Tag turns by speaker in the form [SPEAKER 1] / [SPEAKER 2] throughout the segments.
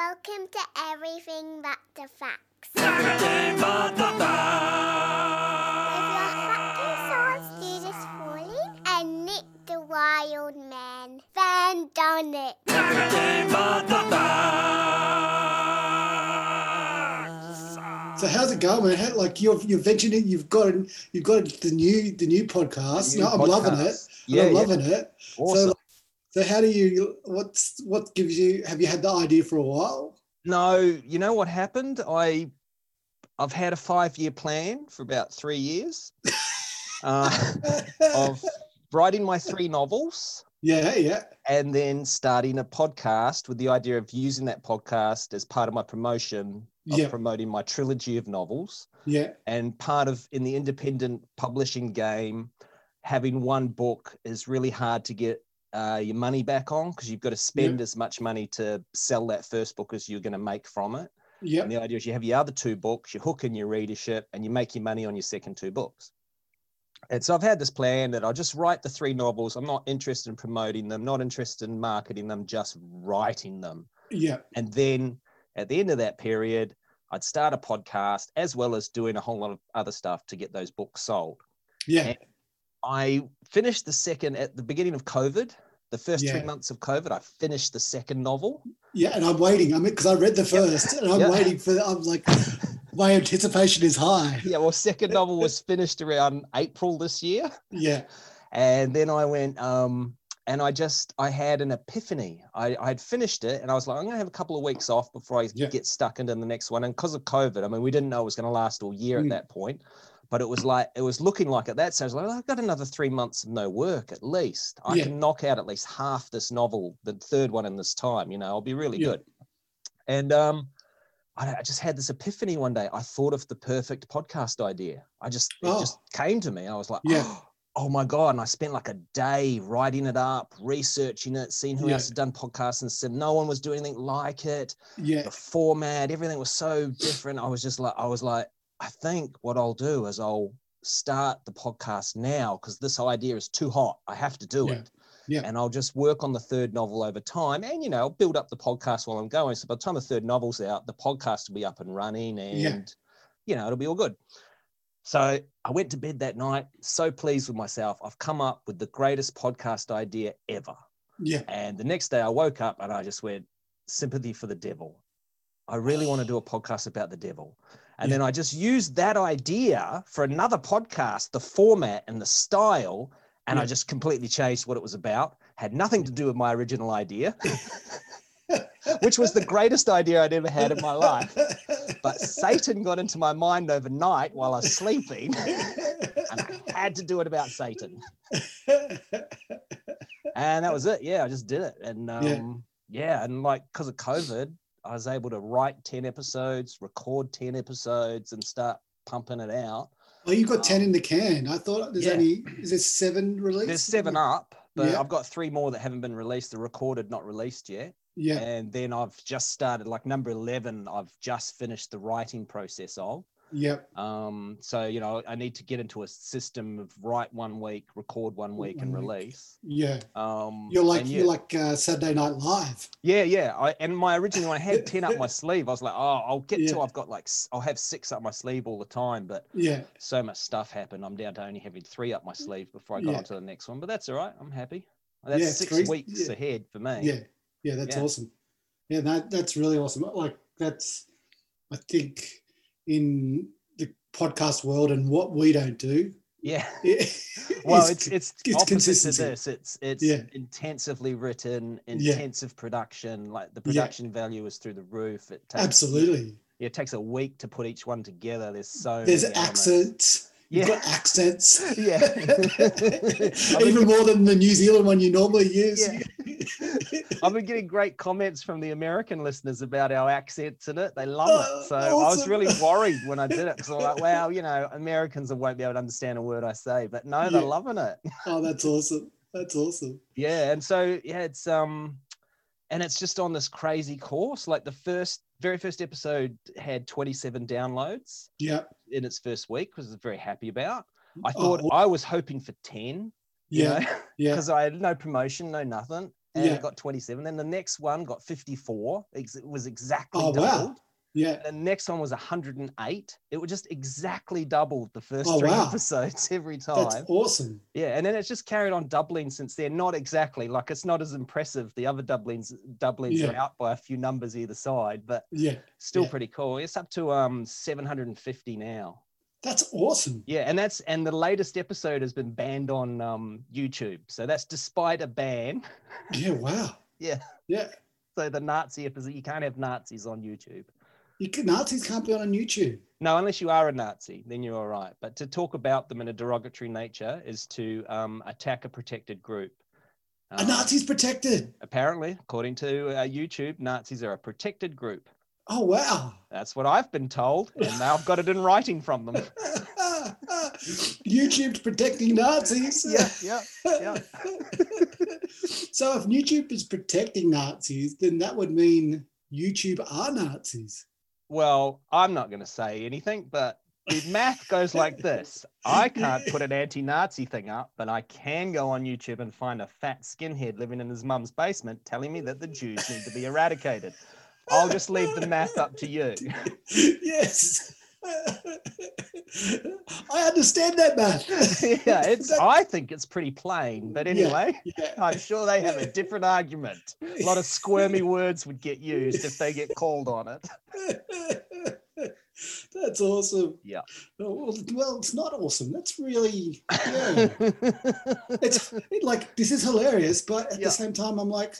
[SPEAKER 1] Welcome to Everything But the Facts.
[SPEAKER 2] Everything but the
[SPEAKER 1] With your
[SPEAKER 2] facts.
[SPEAKER 1] fucking swords, Judas Falling, and Nick the Wild Man. Van done it.
[SPEAKER 2] Everything but the facts.
[SPEAKER 3] So how's it going, man? How, like you've you've ventured it, you've got it, you've got it, the new the new podcast.
[SPEAKER 4] New
[SPEAKER 3] No, I'm loving it.
[SPEAKER 4] podcast. Yeah,
[SPEAKER 3] I'm
[SPEAKER 4] yeah.
[SPEAKER 3] loving it. So,
[SPEAKER 4] Awesome.
[SPEAKER 3] like, so how do you? What's what gives you? Have you had the idea for a while?
[SPEAKER 4] no, you know what happened? I I've had a five year plan for about three years uh, of writing my three novels
[SPEAKER 3] yeah, yeah.
[SPEAKER 4] and then starting a podcast with the idea of using that podcast as part of my promotion of
[SPEAKER 3] Yeah.
[SPEAKER 4] promoting my trilogy of novels
[SPEAKER 3] Yeah,
[SPEAKER 4] and part of in the independent publishing game having one book is really hard to get uh, your money back on because you've got to spend as much money to sell that first book as you're going to make from it
[SPEAKER 3] yeah,
[SPEAKER 4] and the idea is you have your other two books, you hook in your readership, and you make your money on your second two books. And so I've had this plan that I'll just write the three novels. I'm not interested in promoting them, not interested in marketing them, just writing them.
[SPEAKER 3] yeah,
[SPEAKER 4] And then at the end of that period, I'd start a podcast as well as doing a whole lot of other stuff to get those books sold.
[SPEAKER 3] yeah,
[SPEAKER 4] I finished the second at the beginning of COVID, the first
[SPEAKER 3] Yeah.
[SPEAKER 4] three months of COVID, I finished the second novel.
[SPEAKER 3] yeah. And I'm waiting. I mean, because I read the first, and I'm
[SPEAKER 4] Yeah.
[SPEAKER 3] waiting for. I'm like, my anticipation is high.
[SPEAKER 4] Yeah, well, second novel was finished around April this year.
[SPEAKER 3] Yeah,
[SPEAKER 4] and then I went um and I just I had an epiphany. I I'd finished it and I was like, I'm gonna have a couple of weeks off before I
[SPEAKER 3] Yeah.
[SPEAKER 4] get stuck into the next one. And because of COVID, I mean, we didn't know it was gonna last all year
[SPEAKER 3] Mm.
[SPEAKER 4] at that point, but it was like it was looking like at that stage like I've got another three months of no work at least. I
[SPEAKER 3] Yeah.
[SPEAKER 4] can knock out at least half this novel, the third one in this time. You know, I'll be really
[SPEAKER 3] Yeah.
[SPEAKER 4] good. And um. I I just had this epiphany one day. I thought of the perfect podcast idea. I just it
[SPEAKER 3] Oh.
[SPEAKER 4] just came to me. I was like,
[SPEAKER 3] Yeah.
[SPEAKER 4] oh my god and i spent like a day writing it up researching it seeing who
[SPEAKER 3] Yeah.
[SPEAKER 4] else had done podcasts and said no one was doing anything like it
[SPEAKER 3] yeah,
[SPEAKER 4] the format everything was so different i was just like i was like i think what i'll do is i'll start the podcast now because this idea is too hot i have to do
[SPEAKER 3] Yeah.
[SPEAKER 4] it
[SPEAKER 3] Yeah.
[SPEAKER 4] and i'll just work on the third novel over time and you know I'll build up the podcast while i'm going so by the time the third novel's out the podcast will be up and running and
[SPEAKER 3] Yeah.
[SPEAKER 4] you know it'll be all good so I went to bed that night, so pleased with myself. I've come up with the greatest podcast idea ever.
[SPEAKER 3] yeah.
[SPEAKER 4] And the next day I woke up and I just went, sympathy for the devil. I really want to do a podcast about the devil. And
[SPEAKER 3] Yeah.
[SPEAKER 4] then I just used that idea for another podcast, the format and the style. And I
[SPEAKER 3] Yeah.
[SPEAKER 4] just completely changed what it was about. Had nothing to do with my original idea, which was the greatest idea I'd ever had in my life. But Satan got into my mind overnight while I was sleeping. and I had to do it about Satan. And that was it. Yeah, I just did it. And um,
[SPEAKER 3] Yeah.
[SPEAKER 4] yeah. and like because of COVID, I was able to write 10 episodes, record 10 episodes, and start pumping it out.
[SPEAKER 3] well, you Oh, got ten in the can. I thought there's
[SPEAKER 4] Yeah.
[SPEAKER 3] only is there seven released?
[SPEAKER 4] There's seven up, but
[SPEAKER 3] Yeah.
[SPEAKER 4] I've got three more that haven't been released, the recorded, not released yet.
[SPEAKER 3] Yeah,
[SPEAKER 4] And then I've just started, like number 11, I've just finished the writing process of.
[SPEAKER 3] yeah.
[SPEAKER 4] Um, so, you know, I need to get into a system of write one week, record one week, and
[SPEAKER 3] One week.
[SPEAKER 4] release.
[SPEAKER 3] Yeah,
[SPEAKER 4] Um,
[SPEAKER 3] you're like
[SPEAKER 4] and
[SPEAKER 3] you're like uh, Saturday Night Live.
[SPEAKER 4] Yeah, yeah. I, and my original, I had 10 up my sleeve. I was like, oh, I'll get
[SPEAKER 3] Yeah.
[SPEAKER 4] to, I've got like, s- I'll have six up my sleeve all the time. But
[SPEAKER 3] Yeah,
[SPEAKER 4] so much stuff happened. I'm down to only having three up my sleeve before I got
[SPEAKER 3] Yeah.
[SPEAKER 4] on to the next one. But that's all right. I'm happy. That's
[SPEAKER 3] Yeah,
[SPEAKER 4] six
[SPEAKER 3] three-
[SPEAKER 4] weeks
[SPEAKER 3] yeah.
[SPEAKER 4] ahead for me.
[SPEAKER 3] yeah, yeah. That's
[SPEAKER 4] Yeah.
[SPEAKER 3] awesome. Yeah, that that's really awesome. Like that's, I think, in the podcast world and what we don't do.
[SPEAKER 4] Yeah.
[SPEAKER 3] it-
[SPEAKER 4] Well,
[SPEAKER 3] is-
[SPEAKER 4] it's it's,
[SPEAKER 3] it's
[SPEAKER 4] opposite
[SPEAKER 3] consistency.
[SPEAKER 4] to this. It's it's
[SPEAKER 3] Yeah.
[SPEAKER 4] intensively written,
[SPEAKER 3] Yeah.
[SPEAKER 4] intensive production. Like the
[SPEAKER 3] Yeah.
[SPEAKER 4] production value is through the roof. It takes
[SPEAKER 3] absolutely.
[SPEAKER 4] It takes a week to put each one together. There's so
[SPEAKER 3] There's
[SPEAKER 4] many elements.
[SPEAKER 3] accents. You've
[SPEAKER 4] Yeah.
[SPEAKER 3] got accents.
[SPEAKER 4] Yeah. I've been
[SPEAKER 3] Even more than the New Zealand one you normally use.
[SPEAKER 4] Yeah. I've been getting great comments from the American listeners about our accents in it. They love
[SPEAKER 3] Oh,
[SPEAKER 4] it. So I was
[SPEAKER 3] awesome.
[SPEAKER 4] really worried when I did it because I'm like, wow, you know, Americans won't be able to understand a word I say, but no, they're
[SPEAKER 3] Yeah.
[SPEAKER 4] loving it.
[SPEAKER 3] Oh, that's awesome. That's awesome.
[SPEAKER 4] Yeah. And so, yeah, it's, um, and it's just on this crazy course. Like the first, very first episode had 27 downloads
[SPEAKER 3] Yeah.
[SPEAKER 4] in its first week, which I was very happy about. I
[SPEAKER 3] Oh,
[SPEAKER 4] thought
[SPEAKER 3] aw-
[SPEAKER 4] I was hoping for 10, you
[SPEAKER 3] Yeah.
[SPEAKER 4] know,
[SPEAKER 3] Yeah.
[SPEAKER 4] because I had no promotion, no nothing. and
[SPEAKER 3] Yeah.
[SPEAKER 4] it got 27. Then the next one got 54. Ex- It was exactly
[SPEAKER 3] Oh, wow.
[SPEAKER 4] doubled.
[SPEAKER 3] Yeah.
[SPEAKER 4] The next one was 108. It was just exactly doubled the first
[SPEAKER 3] Oh,
[SPEAKER 4] three
[SPEAKER 3] wow.
[SPEAKER 4] episodes every time.
[SPEAKER 3] That's awesome.
[SPEAKER 4] Yeah, and then it's just carried on doubling since then. Not exactly like it's not as impressive. The other doublings doublings are
[SPEAKER 3] Yeah.
[SPEAKER 4] out by a few numbers either side, but
[SPEAKER 3] Yeah.
[SPEAKER 4] still
[SPEAKER 3] Yeah.
[SPEAKER 4] pretty cool. It's up to um 750 now.
[SPEAKER 3] That's awesome.
[SPEAKER 4] Yeah, and that's and the latest episode has been banned on um YouTube. So that's despite a ban.
[SPEAKER 3] Yeah. Wow.
[SPEAKER 4] Yeah.
[SPEAKER 3] Yeah.
[SPEAKER 4] So the Nazi episode you can't have Nazis on YouTube.
[SPEAKER 3] You can, Nazis can't be on YouTube.
[SPEAKER 4] No, unless you are a Nazi, then you're all right. But to talk about them in a derogatory nature is to um, attack a protected group.
[SPEAKER 3] A
[SPEAKER 4] Um,
[SPEAKER 3] Nazi's protected.
[SPEAKER 4] Apparently, according to uh, YouTube, Nazis are a protected group.
[SPEAKER 3] Oh wow.
[SPEAKER 4] That's what I've been told, and now I've got it in writing from them.
[SPEAKER 3] YouTube's protecting Nazis.
[SPEAKER 4] yeah, yeah.
[SPEAKER 3] so if YouTube is protecting Nazis, then that would mean YouTube are Nazis.
[SPEAKER 4] Well, I'm not going to say anything, but the math goes like this I can't put an anti Nazi thing up, but I can go on YouTube and find a fat skinhead living in his mum's basement telling me that the Jews need to be eradicated. I'll just leave the math up to you.
[SPEAKER 3] yes. I understand that, man.
[SPEAKER 4] yeah, it's, I think it's pretty plain, but
[SPEAKER 3] Yeah.
[SPEAKER 4] anyway,
[SPEAKER 3] Yeah.
[SPEAKER 4] I'm sure they have a different argument. A lot of squirmy words would get used if they get called on it.
[SPEAKER 3] That's awesome. Oh,
[SPEAKER 4] Yeah.
[SPEAKER 3] Well, well, it's not awesome. That's really, yeah. it's like, this is hilarious, but at
[SPEAKER 4] Yeah.
[SPEAKER 3] the same time, I'm like,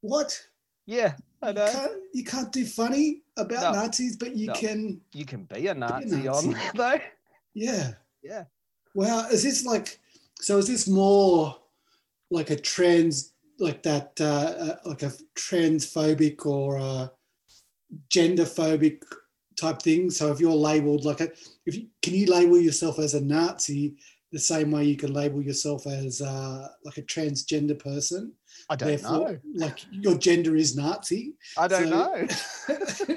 [SPEAKER 3] what?
[SPEAKER 4] yeah, I
[SPEAKER 3] You
[SPEAKER 4] know.
[SPEAKER 3] can't, you can't do funny about
[SPEAKER 4] No.
[SPEAKER 3] Nazis, but you
[SPEAKER 4] No.
[SPEAKER 3] can,
[SPEAKER 4] You can be a Nazi, on
[SPEAKER 3] Nazi.
[SPEAKER 4] there, though.
[SPEAKER 3] yeah.
[SPEAKER 4] Yeah.
[SPEAKER 3] Wow. Is this like, so is this more like a trans, like that, uh, uh, like a transphobic or uh gender phobic type thing? So if you're labeled like a, if you, can you label yourself as a Nazi the same way you can label yourself as uh, like a transgender person?
[SPEAKER 4] I don't know.
[SPEAKER 3] like your gender is Nazi.
[SPEAKER 4] I don't
[SPEAKER 3] So-
[SPEAKER 4] know.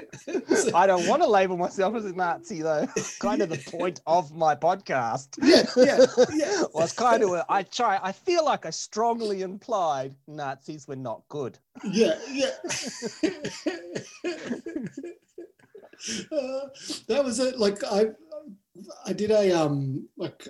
[SPEAKER 3] So-
[SPEAKER 4] I don't want to label myself as a Nazi, though. kind of the point of my podcast.
[SPEAKER 3] Yeah, yeah, yeah.
[SPEAKER 4] well, it's kind of, a- I try, I feel like I strongly implied Nazis were not good.
[SPEAKER 3] yeah, yeah. Uh, that was it. Like I, I did a um like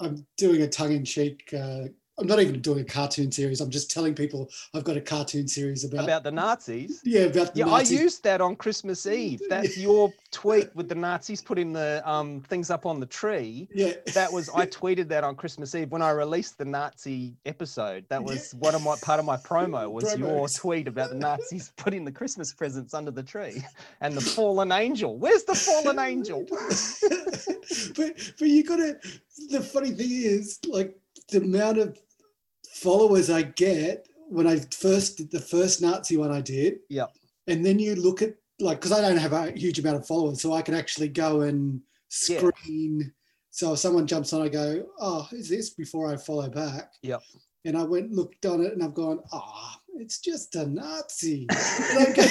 [SPEAKER 3] I'm doing a tongue in cheek. Uh, I'm not even doing a cartoon series. I'm just telling people I've got a cartoon series about,
[SPEAKER 4] About the Nazis.
[SPEAKER 3] yeah about the
[SPEAKER 4] Yeah,
[SPEAKER 3] Nazi.
[SPEAKER 4] I used that on Christmas Eve. That's your tweet with the Nazis putting the um, things up on the tree.
[SPEAKER 3] yeah.
[SPEAKER 4] That was I tweeted that on Christmas Eve when I released the Nazi episode. That was one of my part of my promo was your
[SPEAKER 3] Promos.
[SPEAKER 4] tweet about the Nazis putting the Christmas presents under the tree and the fallen angel. Where's the fallen angel?
[SPEAKER 3] but but you gotta the funny thing is like the amount of followers I get when I first did the first Nazi one I did.
[SPEAKER 4] Yep.
[SPEAKER 3] And then you look at like because I don't have a huge amount of followers, so I can actually go and
[SPEAKER 4] Yeah.
[SPEAKER 3] screen. So if someone jumps on, I go, oh, who's this? Before I follow back.
[SPEAKER 4] Yep.
[SPEAKER 3] And I went looked on it and I've gone, ah, it's just a Nazi. And I'm go-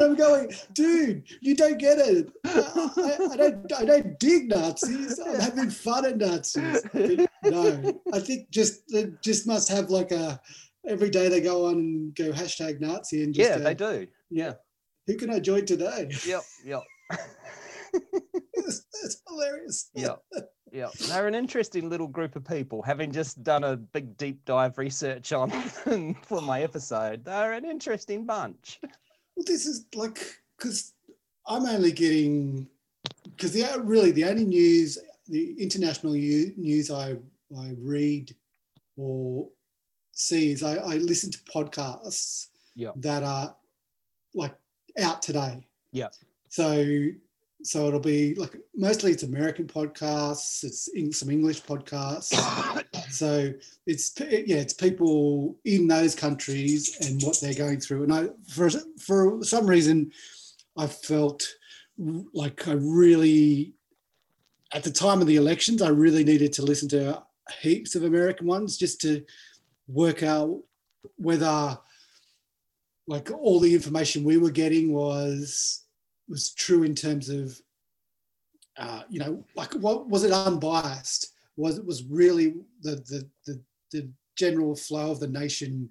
[SPEAKER 3] I'm going, dude, you don't get it. I, I- I don't, I don't dig Nazis. I'm having fun at Nazis. No, I think just they just must have like a every day they go on and go hashtag Nazi and just
[SPEAKER 4] yeah,
[SPEAKER 3] go,
[SPEAKER 4] they do. Yeah.
[SPEAKER 3] Who can I join today?
[SPEAKER 4] Yep. Yep.
[SPEAKER 3] That's that's hilarious.
[SPEAKER 4] Yep. Yep. They're an interesting little group of people, having just done a big deep dive research on them for my episode. They're an interesting bunch.
[SPEAKER 3] Well, this is like because I'm only getting because the really the only news, the international u- news I I read or see is I, I listen to podcasts
[SPEAKER 4] Yeah.
[SPEAKER 3] that are like out today.
[SPEAKER 4] Yeah.
[SPEAKER 3] So so it'll be like mostly it's American podcasts, it's in some English podcasts. So it's p- yeah, it's people in those countries and what they're going through. And I for for some reason, I felt r- like I really at the time of the elections, I really needed to listen to heaps of American ones just to work out whether like all the information we were getting was was true in terms of uh, you know like what was it unbiased was was really the the the, the general flow of the nation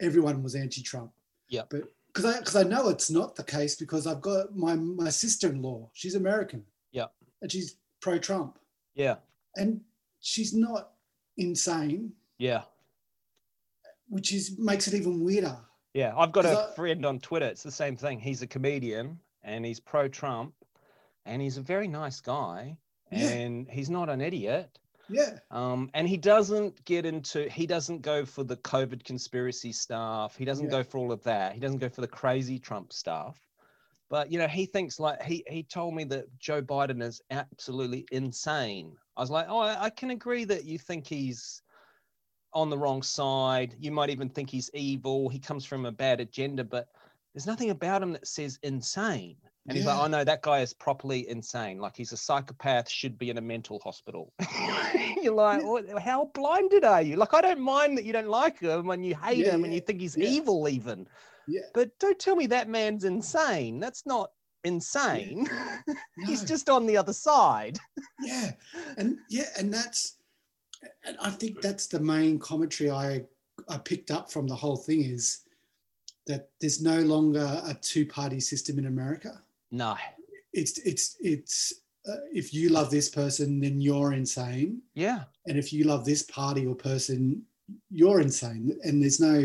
[SPEAKER 3] everyone was anti-Trump.
[SPEAKER 4] Yep.
[SPEAKER 3] But because I because I know it's not the case because I've got my my sister-in-law. She's American.
[SPEAKER 4] Yep.
[SPEAKER 3] And she's pro-Trump,
[SPEAKER 4] Yeah.
[SPEAKER 3] and she's not insane,
[SPEAKER 4] Yeah.
[SPEAKER 3] which is makes it even weirder.
[SPEAKER 4] Yeah, I've got
[SPEAKER 3] Because
[SPEAKER 4] a
[SPEAKER 3] I-
[SPEAKER 4] friend on Twitter. It's the same thing. He's a comedian and he's pro Trump and he's a very nice guy
[SPEAKER 3] Yeah.
[SPEAKER 4] and he's not an idiot.
[SPEAKER 3] Yeah.
[SPEAKER 4] Um, and he doesn't get into, he doesn't go for the COVID conspiracy stuff. He doesn't
[SPEAKER 3] Yeah.
[SPEAKER 4] go for all of that. He doesn't go for the crazy Trump stuff. But, you know, he thinks like, he, he told me that Joe Biden is absolutely insane. I was like, oh, I, I can agree that you think he's on the wrong side. You might even think he's evil. He comes from a bad agenda, but there's nothing about him that says insane. And he's
[SPEAKER 3] Yeah.
[SPEAKER 4] like, oh no, that guy is properly insane. Like he's a psychopath, should be in a mental hospital. You're like,
[SPEAKER 3] Yeah.
[SPEAKER 4] "What- how blinded are you? Like, I don't mind that you don't like him and you hate
[SPEAKER 3] Yeah,
[SPEAKER 4] him and
[SPEAKER 3] yeah,
[SPEAKER 4] you think he's
[SPEAKER 3] yeah.
[SPEAKER 4] evil, even.
[SPEAKER 3] Yeah.
[SPEAKER 4] But don't tell me that man's insane. That's not insane. he's
[SPEAKER 3] No.
[SPEAKER 4] just on the other side.
[SPEAKER 3] yeah and yeah and that's and i think that's the main commentary i i picked up from the whole thing is that there's no longer a two party system in america
[SPEAKER 4] No.
[SPEAKER 3] it's it's it's uh, if you love this person then you're insane
[SPEAKER 4] Yeah.
[SPEAKER 3] and if you love this party or person you're insane and there's no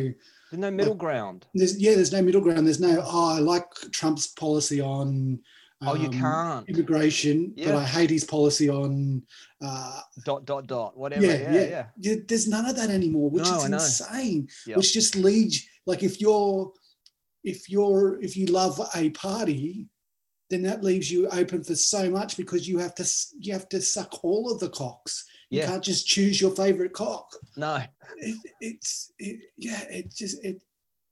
[SPEAKER 4] There's no middle ground.
[SPEAKER 3] there's yeah there's no middle ground there's no oh i like trump's policy on
[SPEAKER 4] Oh, you
[SPEAKER 3] um,
[SPEAKER 4] can't.
[SPEAKER 3] immigration
[SPEAKER 4] Yeah.
[SPEAKER 3] but i hate his policy on uh,
[SPEAKER 4] Dot, dot, dot, whatever.
[SPEAKER 3] Yeah,
[SPEAKER 4] Yeah.
[SPEAKER 3] yeah.
[SPEAKER 4] Yeah.
[SPEAKER 3] Yeah, there's none of that anymore, which
[SPEAKER 4] No,
[SPEAKER 3] is
[SPEAKER 4] I know.
[SPEAKER 3] insane.
[SPEAKER 4] Yep.
[SPEAKER 3] Which just leads, like, if you're, if you're, if you love a party, then that leaves you open for so much because you have to, s- you have to suck all of the cocks. You
[SPEAKER 4] Yeah.
[SPEAKER 3] can't just choose your favorite cock.
[SPEAKER 4] No.
[SPEAKER 3] It, it's, it, yeah, it just, it,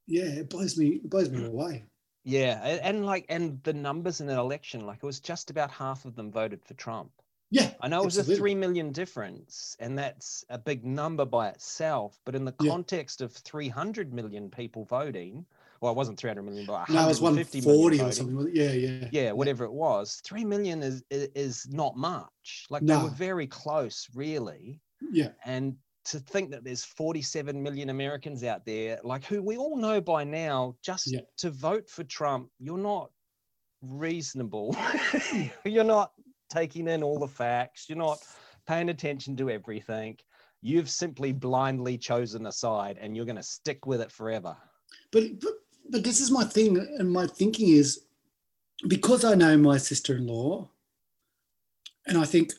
[SPEAKER 3] yeah, it blows me, it blows me
[SPEAKER 4] Mm.
[SPEAKER 3] away.
[SPEAKER 4] Yeah, a- and like, and the numbers in an election, like it was just about half of them voted for Trump.
[SPEAKER 3] Yeah,
[SPEAKER 4] I know it was
[SPEAKER 3] Absolutely.
[SPEAKER 4] a three million difference, and that's a big number by itself. But in the
[SPEAKER 3] Yeah.
[SPEAKER 4] context of three hundred million people voting, well, it wasn't three hundred million, but
[SPEAKER 3] no, I was
[SPEAKER 4] 150 million
[SPEAKER 3] 140 or
[SPEAKER 4] voting.
[SPEAKER 3] something. wasn't it? Yeah, yeah,
[SPEAKER 4] Yeah, whatever it was, three million is i- is not much. Like they
[SPEAKER 3] No.
[SPEAKER 4] were very close, really.
[SPEAKER 3] yeah,
[SPEAKER 4] And to think that there's 47 million Americans out there, like who we all know by now, just
[SPEAKER 3] Yeah.
[SPEAKER 4] to vote for Trump, you're not reasonable. you're not taking in all the facts. You're not paying attention to everything. You've simply blindly chosen a side and you're going to stick with it forever.
[SPEAKER 3] but, but but this is my thing and my thinking is because i know my sister-in-law and i think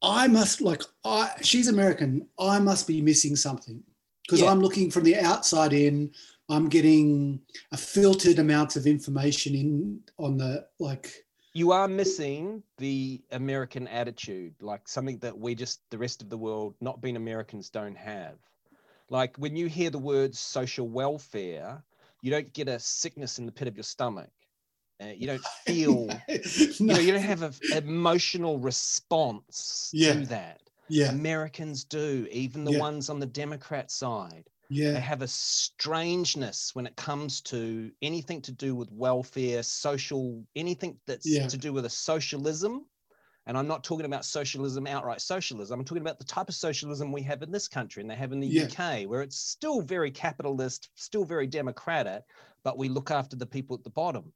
[SPEAKER 3] i must like i she's american i must be missing something because
[SPEAKER 4] Yeah.
[SPEAKER 3] i'm looking from the outside in i'm getting a filtered amount of information in on the like
[SPEAKER 4] You are missing the American attitude, like something that we just, the rest of the world, not being Americans, don't have. Like when you hear the words social welfare, you don't get a sickness in the pit of your stomach. Uh, you don't feel, you, know, you don't have an emotional response
[SPEAKER 3] Yeah.
[SPEAKER 4] to that.
[SPEAKER 3] yeah
[SPEAKER 4] Americans do, even the
[SPEAKER 3] Yeah.
[SPEAKER 4] ones on the Democrat side. They
[SPEAKER 3] yeah
[SPEAKER 4] have a strangeness when it comes to anything to do with welfare, social, anything that's
[SPEAKER 3] Yeah.
[SPEAKER 4] to do with a socialism. And I'm not talking about socialism, outright socialism. I'm talking about the type of socialism we have in this country and they have in the
[SPEAKER 3] Yeah.
[SPEAKER 4] UK, where it's still very capitalist, still very democratic, but we look after the people at the bottom.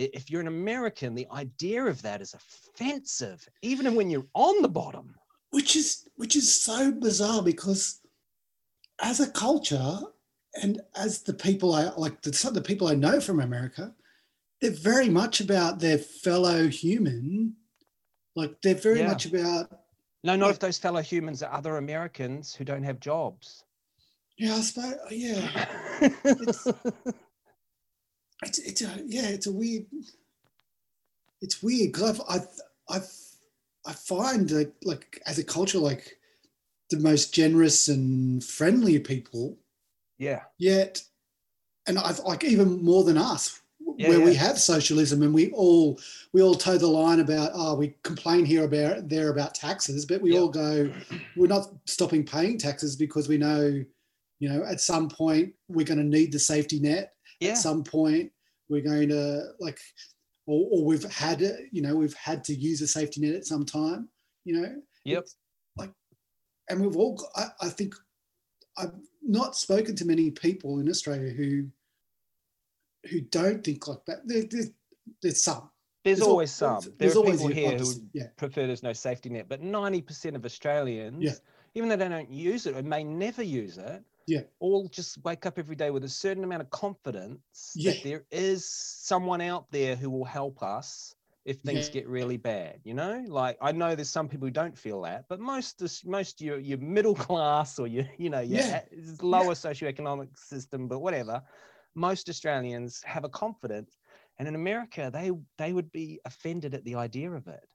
[SPEAKER 4] I- If you're an American, the idea of that is offensive, even when you're on the bottom.
[SPEAKER 3] which is which is so bizarre because as a culture and as the people I like the, some of the people I know from America, they're very much about their fellow human. Like they're very
[SPEAKER 4] Yeah.
[SPEAKER 3] much about
[SPEAKER 4] No, not
[SPEAKER 3] Yeah.
[SPEAKER 4] if those fellow humans are other Americans who don't have jobs.
[SPEAKER 3] yeah, I suppose oh, yeah. It's it's a, yeah, it's a weird. It's weird because I've I I I find that like as a culture like the most generous and friendly people
[SPEAKER 4] yeah.
[SPEAKER 3] yet and i've like even more than us
[SPEAKER 4] Yeah,
[SPEAKER 3] where we
[SPEAKER 4] yeah.
[SPEAKER 3] have socialism and we all we all toe the line about oh we complain here about there about taxes but we
[SPEAKER 4] Yeah.
[SPEAKER 3] all go we're not stopping paying taxes because we know you know at some point we're going to need the safety net
[SPEAKER 4] Yeah.
[SPEAKER 3] at some point we're going to like or, or we've had it you know we've had to use a safety net at some time you know
[SPEAKER 4] Yep.
[SPEAKER 3] It's like and we've all got- I, I think I not spoken to many people in Australia who who don't think like that. There, there, there's some.
[SPEAKER 4] There's,
[SPEAKER 3] al-
[SPEAKER 4] always some. There
[SPEAKER 3] there's
[SPEAKER 4] are
[SPEAKER 3] always
[SPEAKER 4] people
[SPEAKER 3] the
[SPEAKER 4] here who
[SPEAKER 3] 5%, yeah.
[SPEAKER 4] prefer there's no safety net, but 90% of Australians,
[SPEAKER 3] Yeah.
[SPEAKER 4] even though they don't use it and may never use it,
[SPEAKER 3] Yeah.
[SPEAKER 4] all just wake up every day with a certain amount of confidence
[SPEAKER 3] Yeah.
[SPEAKER 4] that there is someone out there who will help us if things
[SPEAKER 3] Yeah.
[SPEAKER 4] get really bad. You know, like I know there's some people who don't feel that, but most is- most your your middle class or your you know your
[SPEAKER 3] Yeah.
[SPEAKER 4] a- lower socioeconomic system, but whatever, most Australians have a confidence. And in America, they they would be offended at the idea of it.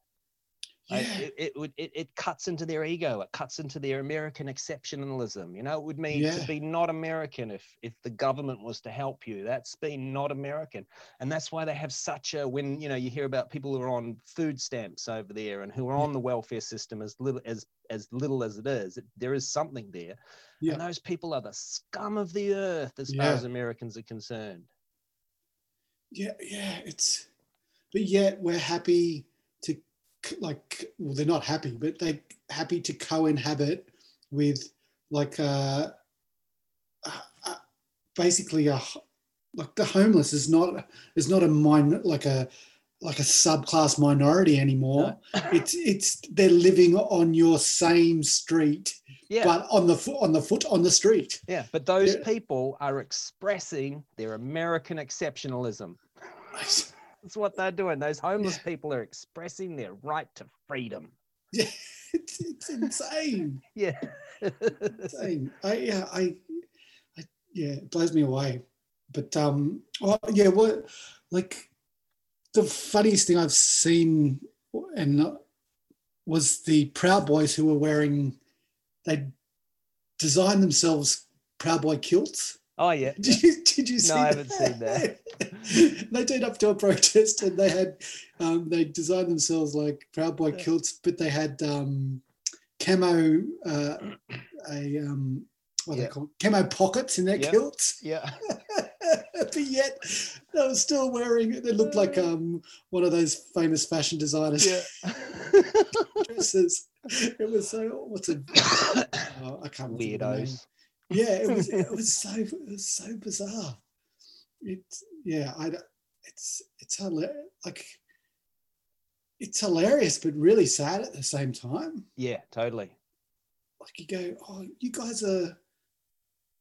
[SPEAKER 3] Yeah.
[SPEAKER 4] Like, it, it would it, it cuts into their ego. It cuts into their American exceptionalism. You know, it would mean
[SPEAKER 3] Yeah.
[SPEAKER 4] to be not American if if the government was to help you. That's being not American, and that's why they have such a when you know you hear about people who are on food stamps over there and who are
[SPEAKER 3] Yeah.
[SPEAKER 4] on the welfare system as little as as little as it is. It, there is something there,
[SPEAKER 3] Yeah.
[SPEAKER 4] and those people are the scum of the earth as far
[SPEAKER 3] Yeah.
[SPEAKER 4] as Americans are concerned.
[SPEAKER 3] yeah, yeah. It's but yet we're happy to c- like well they're not happy, but they happy to co-inhabit with like uh, uh, uh, basically a h- like the homeless is not is not a min like a like a subclass minority anymore. It's it's they're living on your same street,
[SPEAKER 4] Yeah.
[SPEAKER 3] but on the foot on the foot on the street.
[SPEAKER 4] yeah, but those
[SPEAKER 3] Yeah.
[SPEAKER 4] people are expressing their American exceptionalism. That's what they're doing. Those homeless people are expressing their right to freedom.
[SPEAKER 3] It's, it's insane.
[SPEAKER 4] Yeah.
[SPEAKER 3] insane. I yeah, I, I yeah, it blows me away. But um, oh, yeah, what like the funniest thing I've seen and not- was the Proud Boys who were wearing they designed themselves Proud Boy kilts.
[SPEAKER 4] oh yeah.
[SPEAKER 3] Did you, did you see?
[SPEAKER 4] No, I haven't seen that.
[SPEAKER 3] they turned up to a protest and they had um, they designed themselves like Proud Boy
[SPEAKER 4] Yeah.
[SPEAKER 3] kilts, but they had um, camo uh, a um, what
[SPEAKER 4] Yeah.
[SPEAKER 3] they call camo pockets in their
[SPEAKER 4] Yeah.
[SPEAKER 3] kilts.
[SPEAKER 4] Yeah.
[SPEAKER 3] but yet they were still wearing it. They looked like um, one of those famous fashion designers
[SPEAKER 4] Uh. Yeah.
[SPEAKER 3] dresses. It was so what's a oh, I can't remember the name
[SPEAKER 4] Weirdos.
[SPEAKER 3] yeah it was it was so it was so bizarre it yeah i don't- it's it's hila- like it's hilarious but really sad at the same time
[SPEAKER 4] Yeah, totally.
[SPEAKER 3] like you go oh you guys are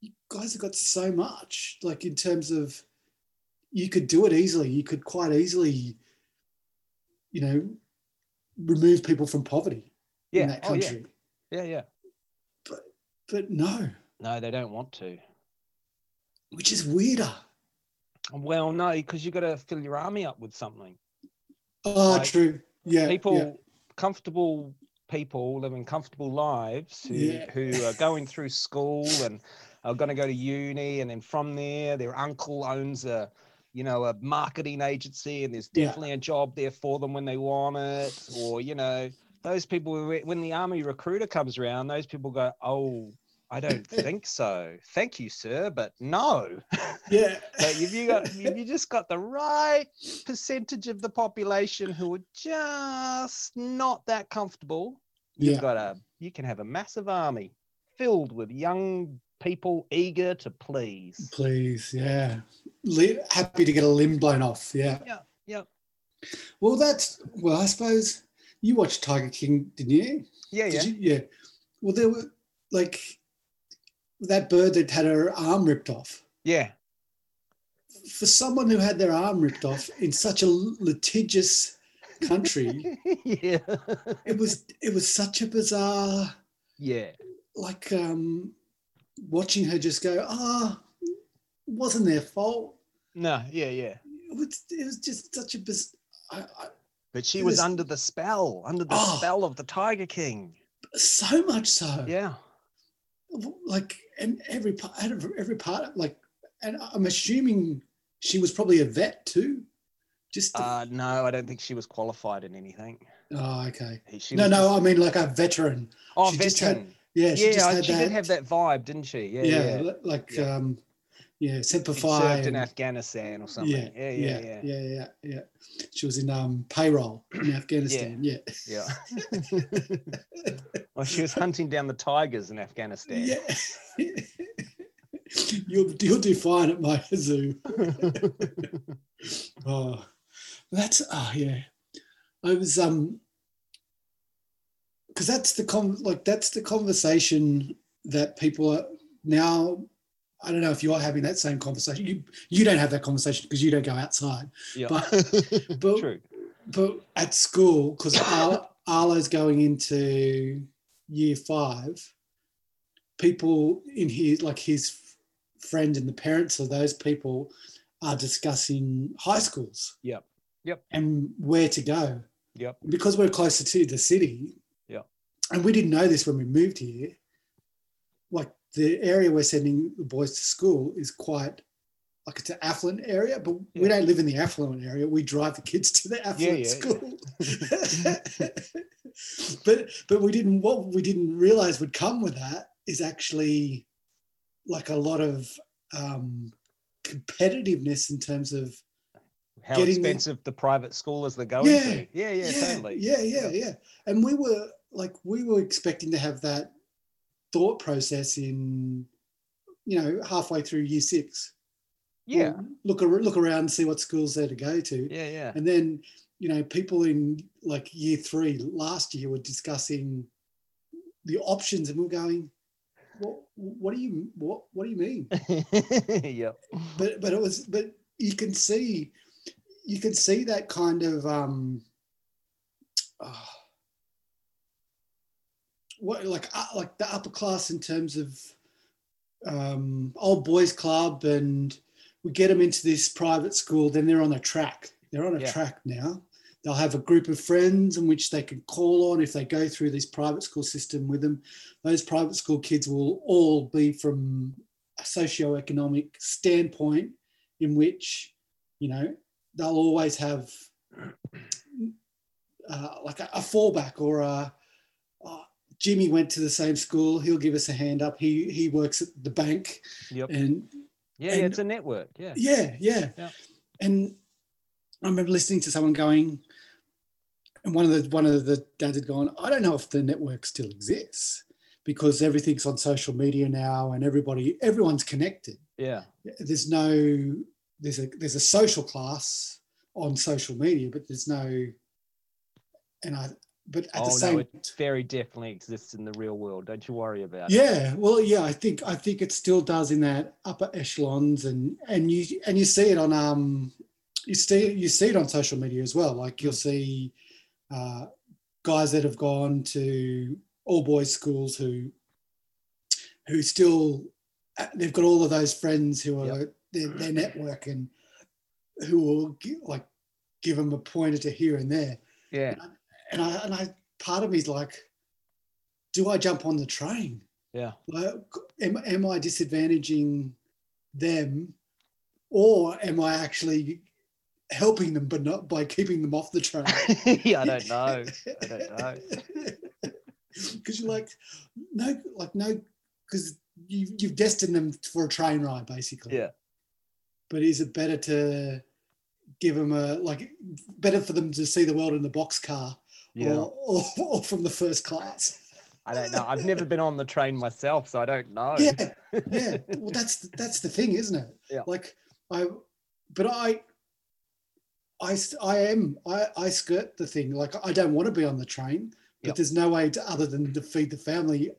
[SPEAKER 3] you guys have got so much like in terms of you could do it easily you could quite easily you know remove people from poverty in
[SPEAKER 4] Yeah.
[SPEAKER 3] that
[SPEAKER 4] Oh, yeah.
[SPEAKER 3] country
[SPEAKER 4] Yeah, yeah.
[SPEAKER 3] but no
[SPEAKER 4] No, they don't want to.
[SPEAKER 3] which is weirder
[SPEAKER 4] Well, no, because you've got to fill your army up with something.
[SPEAKER 3] oh
[SPEAKER 4] Like,
[SPEAKER 3] true yeah
[SPEAKER 4] people
[SPEAKER 3] yeah.
[SPEAKER 4] comfortable people living comfortable lives who,
[SPEAKER 3] Yeah.
[SPEAKER 4] who are going through school and are going to go to uni and then from there their uncle owns a you know a marketing agency and there's
[SPEAKER 3] Yeah.
[SPEAKER 4] definitely a job there for them when they want it or you know those people who- when the army recruiter comes around those people go oh i don't think so thank you sir but no
[SPEAKER 3] yeah
[SPEAKER 4] but if you got if you just got the right percentage of the population who are just not that comfortable, you've
[SPEAKER 3] Yeah.
[SPEAKER 4] got a you can have a massive army filled with young people eager to please.
[SPEAKER 3] Please, yeah. Li- happy to get a limb blown off, yeah.
[SPEAKER 4] Yeah, yeah.
[SPEAKER 3] Well, that's well. I suppose you watched Tiger King, didn't you?
[SPEAKER 4] Yeah, yeah.
[SPEAKER 3] Did you? Yeah. Well, there were like that bird that had her arm ripped off.
[SPEAKER 4] yeah.
[SPEAKER 3] For someone who had their arm ripped off in such a litigious country,
[SPEAKER 4] yeah.
[SPEAKER 3] it was it was such a bizarre
[SPEAKER 4] Yeah.
[SPEAKER 3] like um watching her just go ah wasn't their fault.
[SPEAKER 4] No, yeah, yeah.
[SPEAKER 3] It was it was just such a biz- I, I,
[SPEAKER 4] But she
[SPEAKER 3] It
[SPEAKER 4] was
[SPEAKER 3] is-
[SPEAKER 4] under the spell, under the
[SPEAKER 3] Oh.
[SPEAKER 4] spell of the Tiger King.
[SPEAKER 3] so much so.
[SPEAKER 4] Yeah.
[SPEAKER 3] like and every part out of every part like and i'm assuming she was probably a vet too just to-
[SPEAKER 4] Uh, no, I don't think she was qualified in anything.
[SPEAKER 3] oh okay
[SPEAKER 4] She
[SPEAKER 3] no
[SPEAKER 4] was
[SPEAKER 3] no
[SPEAKER 4] just-
[SPEAKER 3] i mean like a veteran
[SPEAKER 4] oh,
[SPEAKER 3] she
[SPEAKER 4] veteran.
[SPEAKER 3] just had- yeah she
[SPEAKER 4] yeah,
[SPEAKER 3] just
[SPEAKER 4] I-
[SPEAKER 3] had
[SPEAKER 4] she
[SPEAKER 3] that,
[SPEAKER 4] did have that vibe, didn't she? Yeah,
[SPEAKER 3] yeah,
[SPEAKER 4] yeah.
[SPEAKER 3] li- like
[SPEAKER 4] Yeah.
[SPEAKER 3] um yeah semper
[SPEAKER 4] She served
[SPEAKER 3] fi
[SPEAKER 4] in
[SPEAKER 3] and-
[SPEAKER 4] Afghanistan or something.
[SPEAKER 3] yeah
[SPEAKER 4] Yeah, yeah, yeah, yeah.
[SPEAKER 3] yeah yeah yeah she was in um payroll in afghanistan yeah
[SPEAKER 4] well, she was hunting down the tigers in Afghanistan.
[SPEAKER 3] yeah you'll, you'll do fine at my zoo. oh, that's oh yeah. I was um, because that's the con like that's the conversation that people are now. I don't know if you're having that same conversation. You you don't have that conversation because you don't go outside.
[SPEAKER 4] Yeah.
[SPEAKER 3] But but
[SPEAKER 4] True.
[SPEAKER 3] but at school, because Arlo's going into year five, people in his like his friend and the parents of those people are discussing high schools.
[SPEAKER 4] Yep. Yep.
[SPEAKER 3] And where to go.
[SPEAKER 4] Yep.
[SPEAKER 3] Because we're closer to the city.
[SPEAKER 4] Yep.
[SPEAKER 3] And we didn't know this when we moved here. Like the area we're sending the boys to school is quite like it's an affluent area, but we
[SPEAKER 4] Yeah.
[SPEAKER 3] don't live in the affluent area. We drive the kids to the affluent
[SPEAKER 4] yeah, yeah.
[SPEAKER 3] school. but but we didn't what we didn't realize would come with that is actually like a lot of um, competitiveness in terms of
[SPEAKER 4] How
[SPEAKER 3] Getting the-
[SPEAKER 4] expensive the private school is they're going
[SPEAKER 3] Yeah.
[SPEAKER 4] to. Yeah, yeah, totally.
[SPEAKER 3] yeah, yeah, yeah. And we were like, we were expecting to have that thought process in, you know, halfway through year six.
[SPEAKER 4] Yeah.
[SPEAKER 3] Look, ar- look around, see what schools there to go to,
[SPEAKER 4] Yeah, yeah.
[SPEAKER 3] and then you know, people in like year three last year were discussing the options, and we we're going, what, what do you, what, what do you mean?
[SPEAKER 4] yep.
[SPEAKER 3] but but it was but you can see you can see that kind of um ah, what like uh, like the upper class in terms of um old boys club and we get them into this private school then they're on a track they're on a
[SPEAKER 4] Yeah.
[SPEAKER 3] track now they'll have a group of friends in which they can call on if they go through this private school system with them those private school kids will all be from a socioeconomic standpoint in which you know they'll always have uh, like a, a fallback or a oh, Jimmy went to the same school he'll give us a hand up he he works at the bank
[SPEAKER 4] Yep.
[SPEAKER 3] and
[SPEAKER 4] Yeah, yeah,
[SPEAKER 3] and-
[SPEAKER 4] it's a network. Yeah.
[SPEAKER 3] yeah yeah,
[SPEAKER 4] Yeah.
[SPEAKER 3] and I remember listening to someone going and one of the one of the dads had gone I don't know if the network still exists because everything's on social media now and everybody everyone's connected
[SPEAKER 4] Yeah.
[SPEAKER 3] there's no there's a there's a social class on social media, but there's no and I but at
[SPEAKER 4] Oh,
[SPEAKER 3] the
[SPEAKER 4] no,
[SPEAKER 3] same
[SPEAKER 4] it very definitely exists in the real world. Don't you worry about it.
[SPEAKER 3] yeah well yeah I think I think it still does in that upper echelons and and you and you see it on um you see you see it on social media as well like you'll see uh, guys that have gone to all boys schools who who still uh, they've got all of those friends who are their, their network and who will gi- like give them a pointer to here and there
[SPEAKER 4] Yeah.
[SPEAKER 3] and I and I part of me's like, do I jump on the train?
[SPEAKER 4] Yeah.
[SPEAKER 3] Like, am am I disadvantaging them, or am I actually helping them, but not by keeping them off the train?
[SPEAKER 4] yeah, I don't know. I don't know.
[SPEAKER 3] Because you're like, no, like no, because you you've destined them for a train ride basically.
[SPEAKER 4] Yeah.
[SPEAKER 3] But is it better to give them a like better for them to see the world in the boxcar
[SPEAKER 4] Yeah.
[SPEAKER 3] or, or, or from the first class.
[SPEAKER 4] I don't know. I've never been on the train myself, so I don't know.
[SPEAKER 3] Yeah, yeah. Well, that's that's the thing, isn't it?
[SPEAKER 4] Yeah.
[SPEAKER 3] Like I, but I, I, s- I am I I skirt the thing. Like I don't want to be on the train, but
[SPEAKER 4] Yeah.
[SPEAKER 3] there's no way to, other than to feed the family.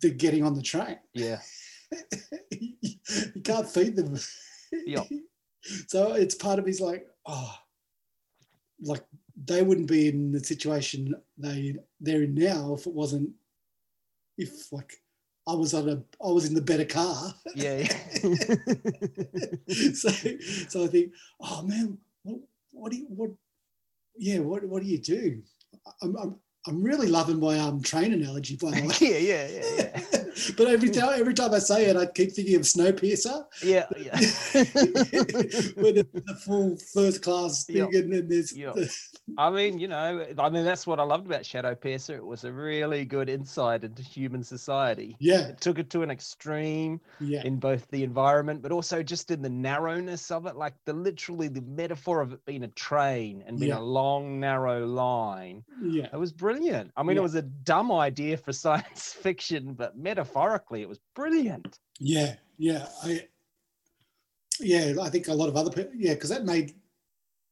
[SPEAKER 3] The getting on the train,
[SPEAKER 4] Yeah.
[SPEAKER 3] you can't feed them.
[SPEAKER 4] Yeah.
[SPEAKER 3] So it's part of me's like, oh, like they wouldn't be in the situation they they're in now if it wasn't if like I was on a I was in the better car.
[SPEAKER 4] Yeah.
[SPEAKER 3] so so I think, oh man, what what do you what yeah, what what do you do? I'm I'm, I'm really loving my um train analogy by the way.
[SPEAKER 4] yeah. Yeah. Yeah. Yeah.
[SPEAKER 3] but every time every time I say it, I keep thinking of Snowpiercer
[SPEAKER 4] Yeah. Yeah.
[SPEAKER 3] when it's the full first class thing, and then there's
[SPEAKER 4] Yeah.
[SPEAKER 3] the-
[SPEAKER 4] I mean, you know, I mean, that's what I loved about Shadow Piercer. It was a really good insight into human society.
[SPEAKER 3] yeah,
[SPEAKER 4] It took it to an extreme
[SPEAKER 3] yeah,
[SPEAKER 4] in both the environment, but also just in the narrowness of it. Like the literally the metaphor of it being a train and being
[SPEAKER 3] Yeah.
[SPEAKER 4] a long, narrow line.
[SPEAKER 3] yeah,
[SPEAKER 4] It was brilliant. I mean,
[SPEAKER 3] Yeah.
[SPEAKER 4] it was a dumb idea for science fiction, but metaphorically. It was brilliant.
[SPEAKER 3] Yeah, yeah, I, yeah, I think a lot of other people, yeah, because that made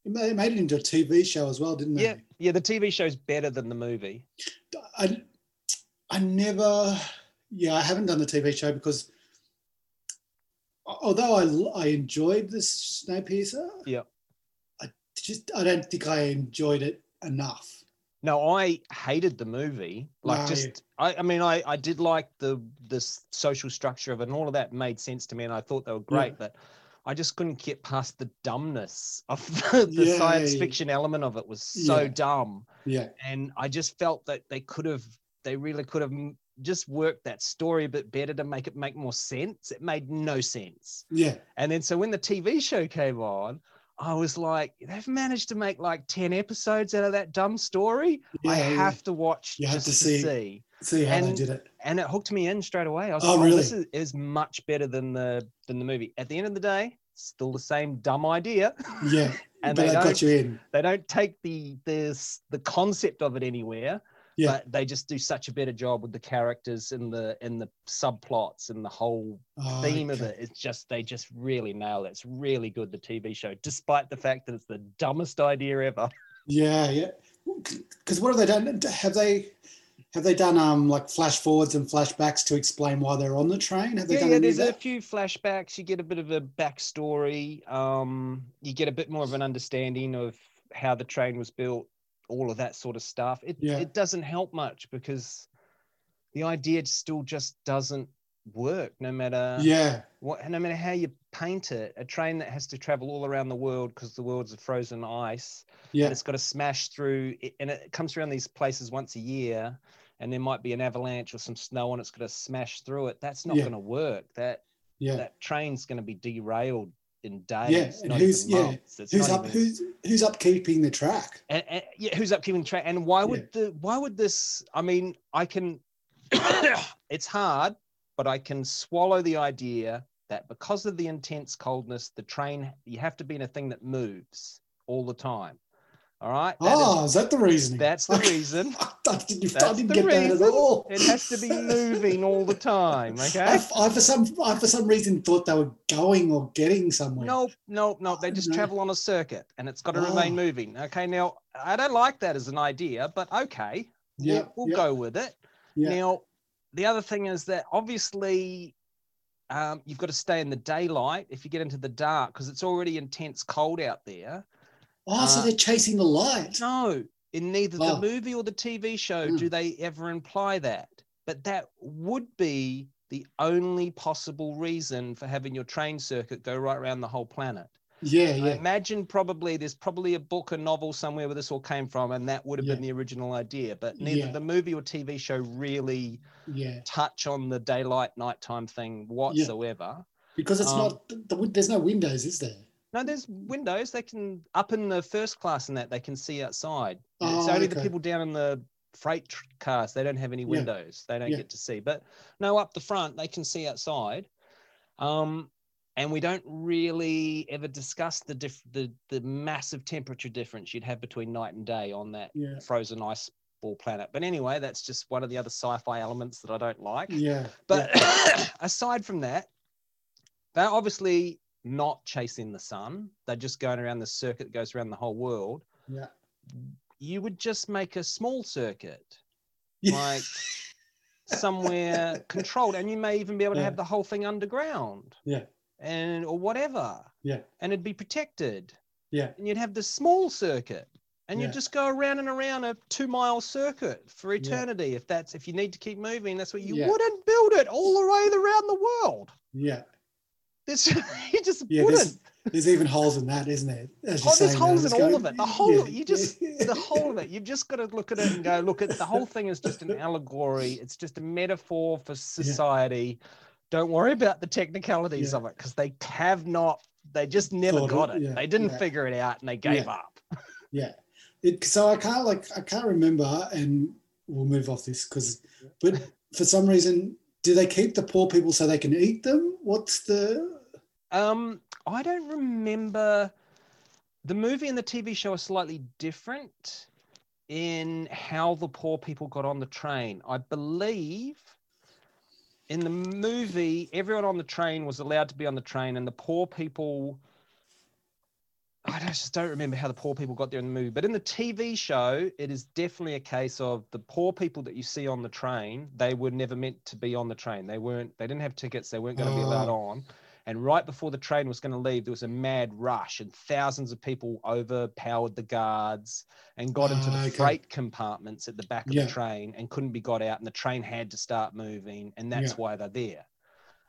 [SPEAKER 3] it ma- it made it into a TV show as well, didn't
[SPEAKER 4] Yeah,
[SPEAKER 3] it?
[SPEAKER 4] yeah. The TV show's better than the movie.
[SPEAKER 3] I, I never, yeah, I haven't done the TV show because although I l- I enjoyed this Snowpiercer,
[SPEAKER 4] Yeah.
[SPEAKER 3] I just I don't think I enjoyed it enough.
[SPEAKER 4] No, I hated the movie. Like,
[SPEAKER 3] No.
[SPEAKER 4] just I, I mean, I, I did like the the s- social structure of it, and all of that made sense to me, and I thought they were great, but I just couldn't get past the dumbness of the, the
[SPEAKER 3] Yeah,
[SPEAKER 4] science
[SPEAKER 3] yeah.
[SPEAKER 4] fiction element of it. Was so
[SPEAKER 3] Yeah.
[SPEAKER 4] dumb,
[SPEAKER 3] Yeah,
[SPEAKER 4] and I just felt that they could have, they really could have m- just worked that story a bit better to make it make more sense. It made no sense.
[SPEAKER 3] yeah,
[SPEAKER 4] And then so when the TV show came on, I was like, they've managed to make like 10 episodes out of that dumb story.
[SPEAKER 3] yeah.
[SPEAKER 4] I
[SPEAKER 3] yeah.
[SPEAKER 4] have to watch
[SPEAKER 3] You have
[SPEAKER 4] just
[SPEAKER 3] to
[SPEAKER 4] to
[SPEAKER 3] see.
[SPEAKER 4] see.
[SPEAKER 3] see how they
[SPEAKER 4] and-
[SPEAKER 3] did it.
[SPEAKER 4] And it hooked me in straight away. I was
[SPEAKER 3] Oh,
[SPEAKER 4] like,
[SPEAKER 3] really?
[SPEAKER 4] this is, is much better than the than the movie. At the end of the day, still the same dumb idea.
[SPEAKER 3] Yeah,
[SPEAKER 4] And
[SPEAKER 3] but
[SPEAKER 4] they
[SPEAKER 3] I
[SPEAKER 4] don't,
[SPEAKER 3] got you in.
[SPEAKER 4] they don't take the this the concept of it anywhere.
[SPEAKER 3] Yeah.
[SPEAKER 4] But they just do such a better job with the characters and the and the subplots and the whole
[SPEAKER 3] Oh,
[SPEAKER 4] theme of
[SPEAKER 3] okay.
[SPEAKER 4] it. It's just they just really nail it. It's really good the TV show, despite the fact that it's the dumbest idea ever.
[SPEAKER 3] Yeah, yeah. Because what have they done? Have they have they done um like flash forwards and flashbacks to explain why they're on the train? Have they
[SPEAKER 4] Yeah,
[SPEAKER 3] done
[SPEAKER 4] yeah.
[SPEAKER 3] any of
[SPEAKER 4] There's a
[SPEAKER 3] that?
[SPEAKER 4] few flashbacks. You get a bit of a backstory. Um, you get a bit more of an understanding of how the train was built. All of that sort of stuff. It
[SPEAKER 3] Yeah.
[SPEAKER 4] it doesn't help much because the idea still just doesn't work. No matter
[SPEAKER 3] yeah,
[SPEAKER 4] what no matter how you paint it a train that has to travel all around the world because the world's a frozen ice
[SPEAKER 3] Yeah.
[SPEAKER 4] and it's got to smash through it, and it comes around these places once a year and there might be an avalanche or some snow and it's got to smash through it that's not
[SPEAKER 3] Yeah.
[SPEAKER 4] going to work that
[SPEAKER 3] yeah.
[SPEAKER 4] that train's going to be derailed in days
[SPEAKER 3] and
[SPEAKER 4] not
[SPEAKER 3] who's-
[SPEAKER 4] even
[SPEAKER 3] yeah,
[SPEAKER 4] months. It's
[SPEAKER 3] Who's
[SPEAKER 4] not
[SPEAKER 3] up?
[SPEAKER 4] even-
[SPEAKER 3] Who's who's upkeeping the track?
[SPEAKER 4] and, and- yeah, who's up keeping track? And why would the why would this? I mean, I can. it's hard, but I can swallow the idea that because of the intense coldness, the train you have to be in a thing that moves all the time. All right. That is-
[SPEAKER 3] oh, is, that the reasoning?
[SPEAKER 4] that's the
[SPEAKER 3] Okay.
[SPEAKER 4] reason.
[SPEAKER 3] I didn't, I
[SPEAKER 4] That's
[SPEAKER 3] didn't
[SPEAKER 4] the
[SPEAKER 3] get that at
[SPEAKER 4] reason.
[SPEAKER 3] all.
[SPEAKER 4] It has to be moving all the time.
[SPEAKER 3] I,
[SPEAKER 4] Okay.
[SPEAKER 3] I for some I for some reason thought they were going or getting somewhere.
[SPEAKER 4] Nope, nope, nope. They just
[SPEAKER 3] No.
[SPEAKER 4] travel on a circuit and it's got to
[SPEAKER 3] Oh.
[SPEAKER 4] remain moving. Okay. Now, I don't like that as an idea, but okay.
[SPEAKER 3] yeah,
[SPEAKER 4] we'll, we'll
[SPEAKER 3] yeah,
[SPEAKER 4] go with it.
[SPEAKER 3] Yeah.
[SPEAKER 4] Now, the other thing is that obviously um, you've got to stay in the daylight if you get into the dark because it's already intense cold out there.
[SPEAKER 3] Oh, so
[SPEAKER 4] Uh,
[SPEAKER 3] they're chasing the light.
[SPEAKER 4] No, in neither
[SPEAKER 3] Wow.
[SPEAKER 4] the movie or the TV show
[SPEAKER 3] Hmm.
[SPEAKER 4] do they ever imply that. But that would be the only possible reason for having your train circuit go right around the whole planet.
[SPEAKER 3] Yeah,
[SPEAKER 4] I
[SPEAKER 3] yeah,
[SPEAKER 4] imagine probably there's probably a book, a novel somewhere where this all came from, and that would have been the original idea. But neither
[SPEAKER 3] Yeah.
[SPEAKER 4] the movie or TV show really
[SPEAKER 3] yeah.
[SPEAKER 4] touch on the daylight nighttime thing whatsoever.
[SPEAKER 3] Because it's
[SPEAKER 4] Um,
[SPEAKER 3] not the, the, there's no windows, is there?
[SPEAKER 4] No, there's windows. They can up in the first class and that they can see outside. it's
[SPEAKER 3] Oh,
[SPEAKER 4] only the
[SPEAKER 3] okay.
[SPEAKER 4] people down in the freight tr- cars. They don't have any
[SPEAKER 3] Yeah.
[SPEAKER 4] windows. They don't
[SPEAKER 3] Yeah.
[SPEAKER 4] get to see. But no, up the front they can see outside. Um, and we don't really ever discuss the diff- the the massive temperature difference you'd have between night and day on that
[SPEAKER 3] Yeah,
[SPEAKER 4] frozen ice ball planet. But anyway, that's just one of the other sci-fi elements that I don't like.
[SPEAKER 3] yeah.
[SPEAKER 4] But aside from that, they're obviously not chasing the sun. They're just going around the circuit that goes around the whole world.
[SPEAKER 3] Yeah.
[SPEAKER 4] You would just make a small circuit,
[SPEAKER 3] Yeah.
[SPEAKER 4] like somewhere controlled, and you may even be able to
[SPEAKER 3] Yeah.
[SPEAKER 4] have the whole thing underground.
[SPEAKER 3] Yeah.
[SPEAKER 4] And or whatever.
[SPEAKER 3] Yeah.
[SPEAKER 4] And it'd be protected.
[SPEAKER 3] Yeah.
[SPEAKER 4] And you'd have this small circuit. And
[SPEAKER 3] Yeah.
[SPEAKER 4] you'd just go around and around a two mile circuit for
[SPEAKER 3] Yeah.
[SPEAKER 4] eternity. If that's if you need to keep moving, that's what you
[SPEAKER 3] Yeah.
[SPEAKER 4] wouldn't build it all the way around the world.
[SPEAKER 3] Yeah,
[SPEAKER 4] This you just
[SPEAKER 3] yeah. There's,
[SPEAKER 4] wouldn't.
[SPEAKER 3] there's even holes in that, isn't there? As
[SPEAKER 4] Oh,
[SPEAKER 3] you're
[SPEAKER 4] there's
[SPEAKER 3] saying
[SPEAKER 4] holes
[SPEAKER 3] that, it's
[SPEAKER 4] in all
[SPEAKER 3] going-
[SPEAKER 4] of it. The whole- you just-
[SPEAKER 3] yeah.
[SPEAKER 4] The whole of it. You've just got to look at it and go, look at the whole thing is just an allegory. It's just a metaphor for society. Don't worry about the technicalities
[SPEAKER 3] Yeah.
[SPEAKER 4] of it because they have not. They just never
[SPEAKER 3] Thought
[SPEAKER 4] got
[SPEAKER 3] it,
[SPEAKER 4] it.
[SPEAKER 3] yeah,
[SPEAKER 4] They didn't
[SPEAKER 3] yeah.
[SPEAKER 4] figure it out and they gave
[SPEAKER 3] Yeah.
[SPEAKER 4] up.
[SPEAKER 3] yeah. It, so I can't like I can't remember, and we'll move off this because, but for some reason, do they keep the poor people so they can eat them? What's the
[SPEAKER 4] Um, I don't remember. The movie and the TV show are slightly different in how the poor people got on the train. I believe in the movie, everyone on the train was allowed to be on the train, and the poor people. I don't- just don't remember how the poor people got there in the movie, but in the TV show, it is definitely a case of the poor people that you see on the train. They were never meant to be on the train. They weren't. They didn't have tickets. They weren't going to be allowed
[SPEAKER 3] Oh.
[SPEAKER 4] on. And right before the train was going to leave, there was a mad rush, and thousands of people overpowered the guards and got into the
[SPEAKER 3] Ah, okay.
[SPEAKER 4] freight compartments at the back of
[SPEAKER 3] Yeah.
[SPEAKER 4] the train and couldn't be got out, and the train had to start moving, and that's
[SPEAKER 3] Yeah.
[SPEAKER 4] why they're there.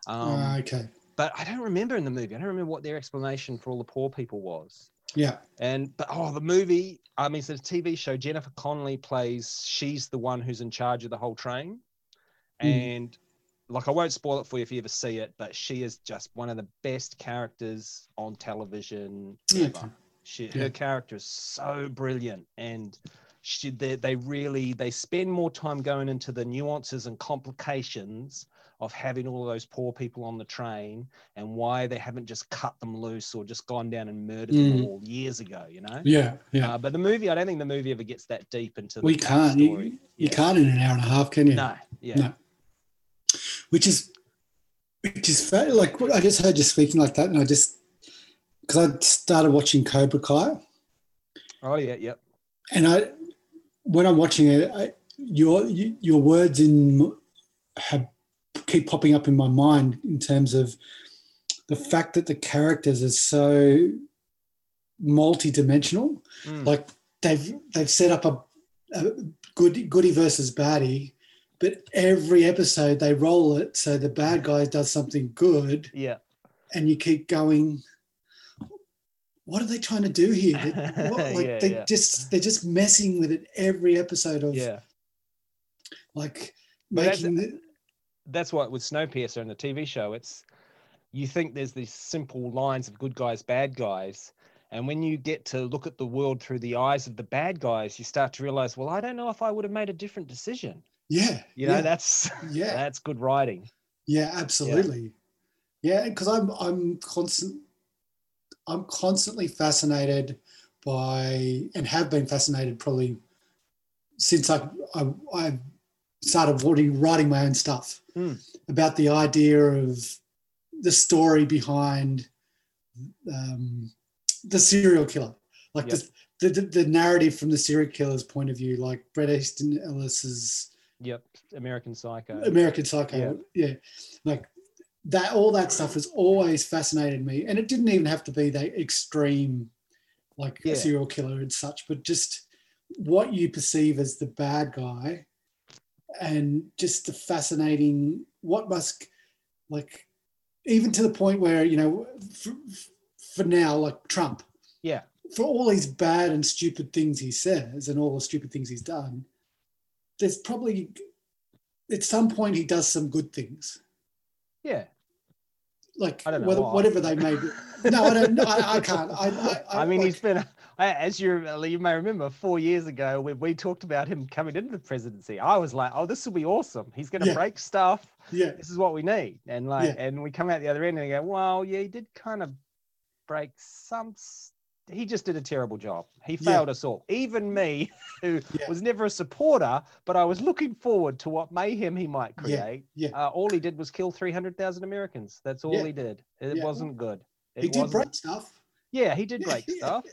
[SPEAKER 4] Um,
[SPEAKER 3] Ah, okay.
[SPEAKER 4] But I don't remember in the movie. I don't remember what their explanation for all the poor people was.
[SPEAKER 3] Yeah.
[SPEAKER 4] And but oh, the movie. I mean, it's a TV show. Jennifer Connelly plays. She's the one who's in charge of the whole train,
[SPEAKER 3] Mm.
[SPEAKER 4] and like I won't spoil it for you if you ever see it. But she is just one of the best characters on television
[SPEAKER 3] Yeah,
[SPEAKER 4] ever.
[SPEAKER 3] okay.
[SPEAKER 4] She,
[SPEAKER 3] Yeah.
[SPEAKER 4] her character is so brilliant, and she they, they really they spend more time going into the nuances and complications of having all those poor people on the train and why they haven't just cut them loose or just gone down and murdered them
[SPEAKER 3] Mm.
[SPEAKER 4] all years ago, you know.
[SPEAKER 3] Yeah. Yeah.
[SPEAKER 4] Uh, but the movie, I don't think the movie ever gets that deep into.
[SPEAKER 3] we
[SPEAKER 4] the
[SPEAKER 3] can't. You,
[SPEAKER 4] Story.
[SPEAKER 3] you can't in an hour and a half, can you?
[SPEAKER 4] No. Yeah.
[SPEAKER 3] No. Which is, which is fa- like I just heard you speaking like that, and I just because I started watching Cobra Kai.
[SPEAKER 4] Oh yeah. Yep.
[SPEAKER 3] and I, when I'm watching it, I, your your words in have keep popping up in my mind in terms of the fact that the characters are so multi-dimensional.
[SPEAKER 4] Mm.
[SPEAKER 3] Like they've they've set up a, a good goody versus baddie, but every episode they roll it so the bad guy does something good,
[SPEAKER 4] yeah.
[SPEAKER 3] and you keep going. What are they trying to do here? They- what, like
[SPEAKER 4] Yeah,
[SPEAKER 3] they
[SPEAKER 4] yeah.
[SPEAKER 3] just they're just messing with it every episode of
[SPEAKER 4] Yeah.
[SPEAKER 3] like
[SPEAKER 4] But that's-
[SPEAKER 3] making the,
[SPEAKER 4] that's what with Snowpiercer and the TV show, it's you think there's these simple lines of good guys, bad guys. And when you get to look at the world through the eyes of the bad guys, you start to realize, well, I don't know if I would have made a different decision.
[SPEAKER 3] yeah
[SPEAKER 4] You know,
[SPEAKER 3] yeah,
[SPEAKER 4] that's
[SPEAKER 3] yeah
[SPEAKER 4] that's good writing.
[SPEAKER 3] yeah absolutely yeah because I'm I'm constant I'm constantly fascinated by and have been fascinated probably since I I, I started writing, writing my own stuff
[SPEAKER 4] Mm.
[SPEAKER 3] about the idea of the story behind um, the serial killer, like
[SPEAKER 4] Yep.
[SPEAKER 3] the, the the narrative from the serial killer's point of view, like Bret Easton Ellis's
[SPEAKER 4] Yep, American Psycho.
[SPEAKER 3] American Psycho, yeah. like that. All that stuff has always fascinated me, and it didn't even have to be that extreme, like
[SPEAKER 4] Yeah.
[SPEAKER 3] a serial killer and such, but just what you perceive as the bad guy, and just the fascinating what must like even to the point where you know for, for now like trump
[SPEAKER 4] Yeah.
[SPEAKER 3] for all these bad and stupid things he says and all the stupid things he's done there's probably at some point he does some good things
[SPEAKER 4] Yeah.
[SPEAKER 3] like
[SPEAKER 4] I don't know
[SPEAKER 3] whether,
[SPEAKER 4] why.
[SPEAKER 3] whatever they may be no i don't I, I can't i i,
[SPEAKER 4] I mean,
[SPEAKER 3] like-
[SPEAKER 4] he's been, I- as you you may remember, four years ago when we talked about him coming into the presidency, I was like, "Oh, this will be awesome. He's going to
[SPEAKER 3] Yeah.
[SPEAKER 4] break stuff.
[SPEAKER 3] yeah
[SPEAKER 4] this is what we need. And like, and we come out the other end and we go, well, yeah, he did kind of break some. s- He just did a terrible job. He
[SPEAKER 3] Yeah.
[SPEAKER 4] failed us all, even me, who
[SPEAKER 3] Yeah.
[SPEAKER 4] was never a supporter, but I was looking forward to what mayhem he might create.
[SPEAKER 3] yeah.
[SPEAKER 4] Uh, all he did was kill 300,000 Americans. That's all
[SPEAKER 3] Yeah.
[SPEAKER 4] he did. It
[SPEAKER 3] Yeah.
[SPEAKER 4] wasn't good. It
[SPEAKER 3] he did
[SPEAKER 4] wasn't-
[SPEAKER 3] break stuff
[SPEAKER 4] Yeah, he did break stuff.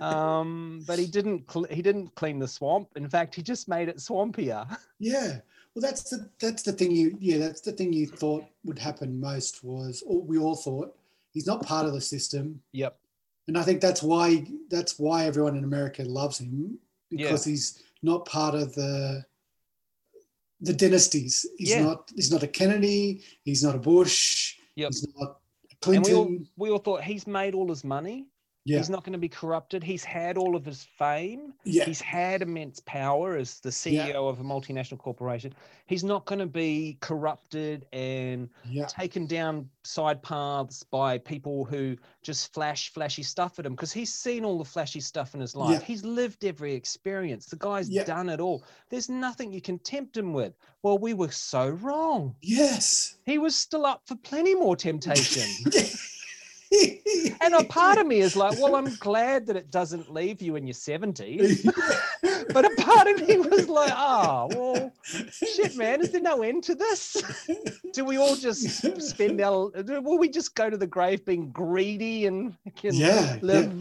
[SPEAKER 4] Um, but he didn't. Cl- he didn't clean the swamp. In fact, he just made it swampier.
[SPEAKER 3] Yeah. Well, that's the that's the thing you yeah that's the thing you thought would happen most was or we all thought he's not part of the system,
[SPEAKER 4] Yep.
[SPEAKER 3] and I think that's why that's why everyone in America loves him
[SPEAKER 4] Yeah.
[SPEAKER 3] because he's not part of the the dynasties. He's
[SPEAKER 4] Yeah.
[SPEAKER 3] not he's not a Kennedy. He's not a Bush.
[SPEAKER 4] Yep.
[SPEAKER 3] He's not a
[SPEAKER 4] And
[SPEAKER 3] Clinton.
[SPEAKER 4] we all, we all thought he's made all his money.
[SPEAKER 3] yeah.
[SPEAKER 4] He's not going to be corrupted. He's had all of his fame.
[SPEAKER 3] yeah.
[SPEAKER 4] He's had immense power as the CEO
[SPEAKER 3] Yeah.
[SPEAKER 4] of a multinational corporation. He's not going to be corrupted and
[SPEAKER 3] Yeah.
[SPEAKER 4] taken down side paths by people who just flash flashy stuff at him because he's seen all the flashy stuff in his life.
[SPEAKER 3] Yeah.
[SPEAKER 4] He's lived every experience. The guy's
[SPEAKER 3] Yeah.
[SPEAKER 4] done it all. There's nothing you can tempt him with. Well, we were so wrong.
[SPEAKER 3] Yes.
[SPEAKER 4] He was still up for plenty more temptation. And a part of me is like, well, I'm glad that it doesn't leave you in your 70s. But a part of me was like, oh, well, shit, man, is there no end to this? Do we all just spend our, do- will we just go to the grave being greedy and, and
[SPEAKER 3] yeah, yeah.
[SPEAKER 4] live,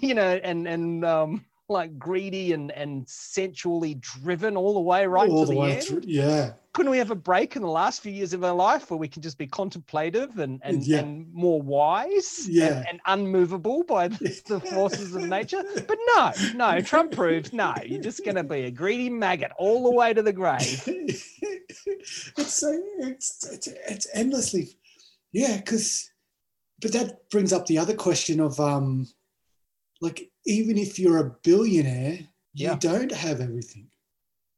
[SPEAKER 4] you know, and, and, um, like greedy and, and sensually driven all the way right
[SPEAKER 3] all
[SPEAKER 4] to the,
[SPEAKER 3] the way
[SPEAKER 4] end.
[SPEAKER 3] through. Yeah,
[SPEAKER 4] Couldn't we have a break in the last few years of our life where we can just be contemplative and, and,
[SPEAKER 3] Yeah.
[SPEAKER 4] and more wise
[SPEAKER 3] Yeah.
[SPEAKER 4] and, and unmovable by the, the forces of nature? But no, no, Trump proved no, you're just going to be a greedy maggot all the way to the grave.
[SPEAKER 3] it's so it's it's, it's endlessly, yeah. Because, but that brings up the other question of um, like even if you're a billionaire,
[SPEAKER 4] Yeah.
[SPEAKER 3] you don't have everything.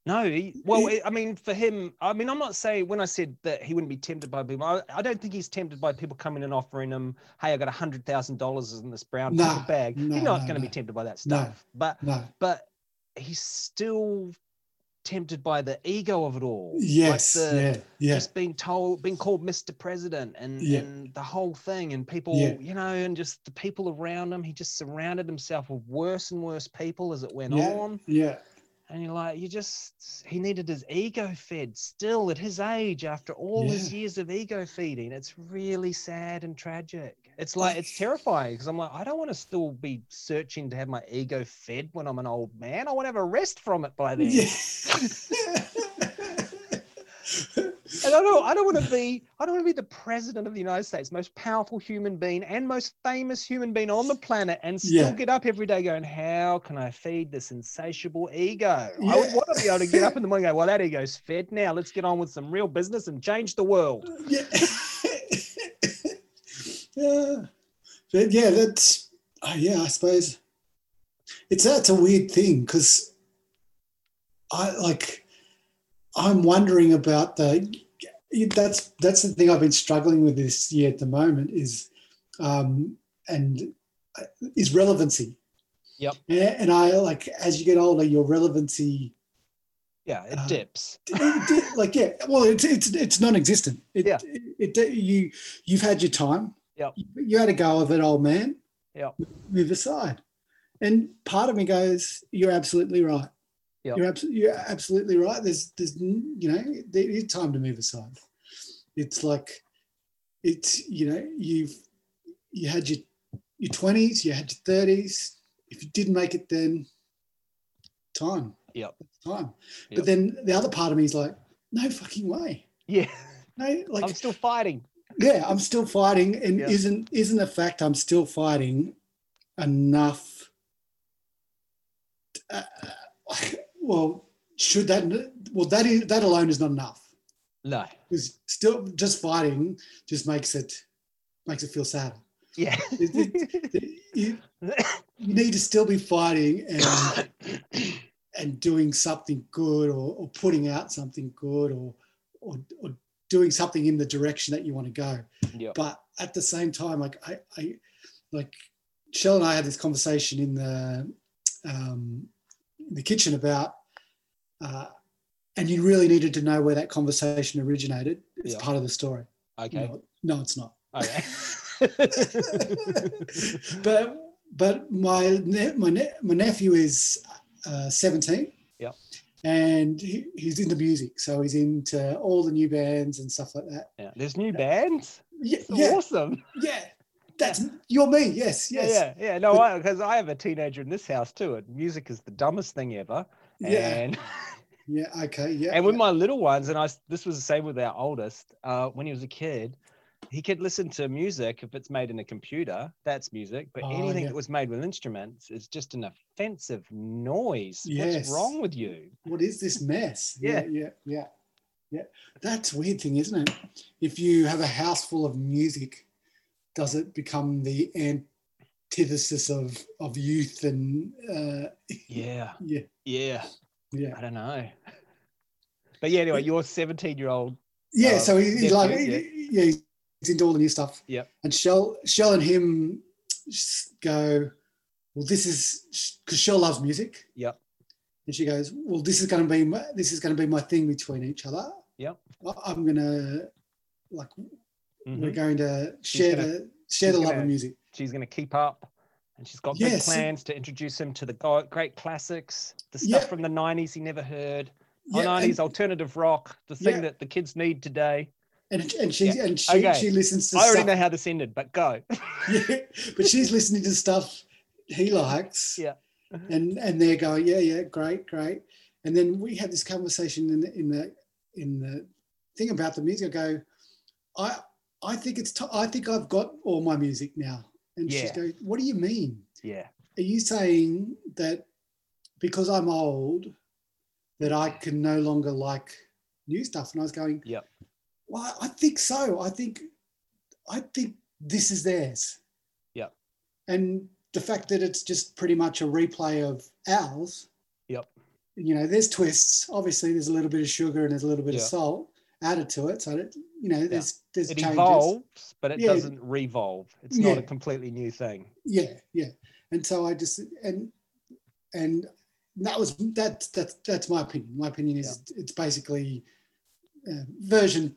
[SPEAKER 4] No, he, well,
[SPEAKER 3] He-
[SPEAKER 4] I mean, for him, I mean, I'm not saying when I said that he wouldn't be tempted by people, I, I don't think he's tempted by people coming and offering him, hey, I got $100,000 in this brown
[SPEAKER 3] No,
[SPEAKER 4] paper bag.
[SPEAKER 3] no,
[SPEAKER 4] You're not
[SPEAKER 3] no,
[SPEAKER 4] going to be
[SPEAKER 3] no.
[SPEAKER 4] tempted by that
[SPEAKER 3] No.
[SPEAKER 4] stuff. But
[SPEAKER 3] No.
[SPEAKER 4] but he's still tempted by the ego of it all. Like
[SPEAKER 3] Yes.
[SPEAKER 4] the-
[SPEAKER 3] yeah. Yeah.
[SPEAKER 4] Just being told, being called Mr. President and,
[SPEAKER 3] Yeah.
[SPEAKER 4] and the whole thing, and people,
[SPEAKER 3] Yeah.
[SPEAKER 4] you know, and just the people around him. He just surrounded himself with worse and worse people as it went
[SPEAKER 3] Yeah.
[SPEAKER 4] on.
[SPEAKER 3] yeah.
[SPEAKER 4] And you're like, you just, he needed his ego fed still at his age after all his years of ego feeding. It's really sad and tragic. It's like, it's terrifying because I'm like, I don't want to still be searching to have my ego fed when I'm an old man. I want to have a rest from it by then.
[SPEAKER 3] Yeah.
[SPEAKER 4] And I don't, I don't want to be, I don't want to be the president of the United States, most powerful human being and most famous human being on the planet, and still
[SPEAKER 3] Yeah.
[SPEAKER 4] get up every day going, how can I feed this insatiable ego? I
[SPEAKER 3] Yeah.
[SPEAKER 4] would want to be able to get up in the morning and go, well, that ego's fed now. Let's get on with some real business and change the world.
[SPEAKER 3] yeah. yeah. But yeah, that's oh, yeah, I suppose it's that's a weird thing because I like I'm wondering about the that's that's the thing I've been struggling with this year at the moment is um and uh, is relevancy.
[SPEAKER 4] Yep.
[SPEAKER 3] Yeah, and I like as you get older, your relevancy
[SPEAKER 4] Yeah, it
[SPEAKER 3] Uh,
[SPEAKER 4] dips.
[SPEAKER 3] it- it- like yeah well it's it's it's non-existent it,
[SPEAKER 4] Yeah.
[SPEAKER 3] it, it- you you've had your time
[SPEAKER 4] Yep.
[SPEAKER 3] you, you had a go of it old man
[SPEAKER 4] Yep.
[SPEAKER 3] move aside and part of me goes you're absolutely right
[SPEAKER 4] Yep.
[SPEAKER 3] you're, abso- you're absolutely right there's there's n- you know there is time to move aside it's like it's you know you've you had your your 20s you had your 30s if you didn't make it then time
[SPEAKER 4] Yep.
[SPEAKER 3] time
[SPEAKER 4] Yep.
[SPEAKER 3] but then the other part of me is like no fucking way
[SPEAKER 4] Yeah,
[SPEAKER 3] no like
[SPEAKER 4] I'm still fighting.
[SPEAKER 3] yeah i'm still fighting and
[SPEAKER 4] Yeah.
[SPEAKER 3] isn't isn't the fact i'm still fighting enough uh, well should that well that is that alone is not enough
[SPEAKER 4] No.
[SPEAKER 3] because still just fighting just makes it makes it feel sadder
[SPEAKER 4] Yeah.
[SPEAKER 3] It- you, you need to still be fighting and and doing something good or, or putting out something good or, or or doing something in the direction that you want to go
[SPEAKER 4] Yeah.
[SPEAKER 3] but at the same time like i i like shell and i had this conversation in the um in the kitchen about uh and you really needed to know where that conversation originated it's
[SPEAKER 4] Yeah.
[SPEAKER 3] part of the story
[SPEAKER 4] Okay.
[SPEAKER 3] no, no it's not
[SPEAKER 4] Okay.
[SPEAKER 3] but but my ne- my ne- my nephew is uh, 17.
[SPEAKER 4] Yep.
[SPEAKER 3] And he, he's into music, so he's into all the new bands and stuff like that.
[SPEAKER 4] yeah. There's new bands.
[SPEAKER 3] Yeah,
[SPEAKER 4] It's
[SPEAKER 3] yeah,
[SPEAKER 4] awesome.
[SPEAKER 3] yeah. That's you're me. Yes, yes.
[SPEAKER 4] Yeah, yeah, yeah. No,
[SPEAKER 3] But-
[SPEAKER 4] I because I have a teenager in this house too, and music is the dumbest thing ever.
[SPEAKER 3] Yeah.
[SPEAKER 4] And
[SPEAKER 3] Yeah. Okay. Yeah.
[SPEAKER 4] and with my little ones, and I s- this was the same with our oldest. Uh, when he was a kid, he could listen to music if it's made in a computer. That's music, but
[SPEAKER 3] Oh,
[SPEAKER 4] anything
[SPEAKER 3] yeah.
[SPEAKER 4] that was made with instruments is just an offensive noise.
[SPEAKER 3] Yes.
[SPEAKER 4] What's wrong with you?
[SPEAKER 3] what is this mess?
[SPEAKER 4] Yeah.
[SPEAKER 3] yeah, yeah, yeah. yeah. That's a weird thing, isn't it? If you have a house full of music, does it become the antithesis of of youth and uh,
[SPEAKER 4] Yeah,
[SPEAKER 3] yeah,
[SPEAKER 4] yeah.
[SPEAKER 3] yeah,
[SPEAKER 4] I don't know. But yeah, anyway, your seventeen-year-old.
[SPEAKER 3] yeah?
[SPEAKER 4] Uh,
[SPEAKER 3] so he, he's
[SPEAKER 4] yeah,
[SPEAKER 3] like,
[SPEAKER 4] yeah.
[SPEAKER 3] yeah, he's into all the new stuff.
[SPEAKER 4] Yeah.
[SPEAKER 3] and Shell, Shell, and him s- go. Well, this is because Shell loves music.
[SPEAKER 4] Yeah.
[SPEAKER 3] and she goes, "Well, this is going to be my, this is going to be my thing between each other.
[SPEAKER 4] Yep.
[SPEAKER 3] I- I'm gonna like
[SPEAKER 4] Mhm.
[SPEAKER 3] we're going to
[SPEAKER 4] Mm-hmm. She's
[SPEAKER 3] share
[SPEAKER 4] gonna-
[SPEAKER 3] the share the
[SPEAKER 4] He's
[SPEAKER 3] love
[SPEAKER 4] gonna-
[SPEAKER 3] of music.
[SPEAKER 4] She's going to keep up. And she's got big
[SPEAKER 3] Yes.
[SPEAKER 4] plans to introduce him to the go- great classics, the stuff
[SPEAKER 3] Yeah.
[SPEAKER 4] from the 90s he never heard,
[SPEAKER 3] Yeah,
[SPEAKER 4] the 90s
[SPEAKER 3] and,
[SPEAKER 4] alternative rock, the thing
[SPEAKER 3] Yeah.
[SPEAKER 4] that the kids need today.
[SPEAKER 3] and, and she
[SPEAKER 4] Yeah.
[SPEAKER 3] and she,
[SPEAKER 4] Okay.
[SPEAKER 3] she listens to
[SPEAKER 4] I already
[SPEAKER 3] stuff,
[SPEAKER 4] know how this ended, but go.
[SPEAKER 3] yeah, but she's listening to stuff he likes.
[SPEAKER 4] Yeah.
[SPEAKER 3] And and they're going, yeah, yeah, great, great. And then we had this conversation in the in the in the thing about the music. I go, I I think it's t- I think I've got all my music now. And she's
[SPEAKER 4] Yeah.
[SPEAKER 3] going, what do you mean?
[SPEAKER 4] yeah.
[SPEAKER 3] Are you saying that because I'm old that I can no longer like new stuff? And I was going,
[SPEAKER 4] Yep.
[SPEAKER 3] Well, I think so. I think I think this is theirs.
[SPEAKER 4] Yep.
[SPEAKER 3] And the fact that it's just pretty much a replay of ours.
[SPEAKER 4] Yep.
[SPEAKER 3] You know, there's twists. Obviously, there's a little bit of sugar and there's a little bit
[SPEAKER 4] Yeah.
[SPEAKER 3] of salt added to it. So that, you know, there's there's
[SPEAKER 4] It
[SPEAKER 3] changes.
[SPEAKER 4] evolves, but it
[SPEAKER 3] Yeah.
[SPEAKER 4] doesn't revolve. It's not
[SPEAKER 3] Yeah.
[SPEAKER 4] a completely new thing.
[SPEAKER 3] yeah yeah and so i just and and that was that's that's that's my opinion my opinion is it's basically uh, version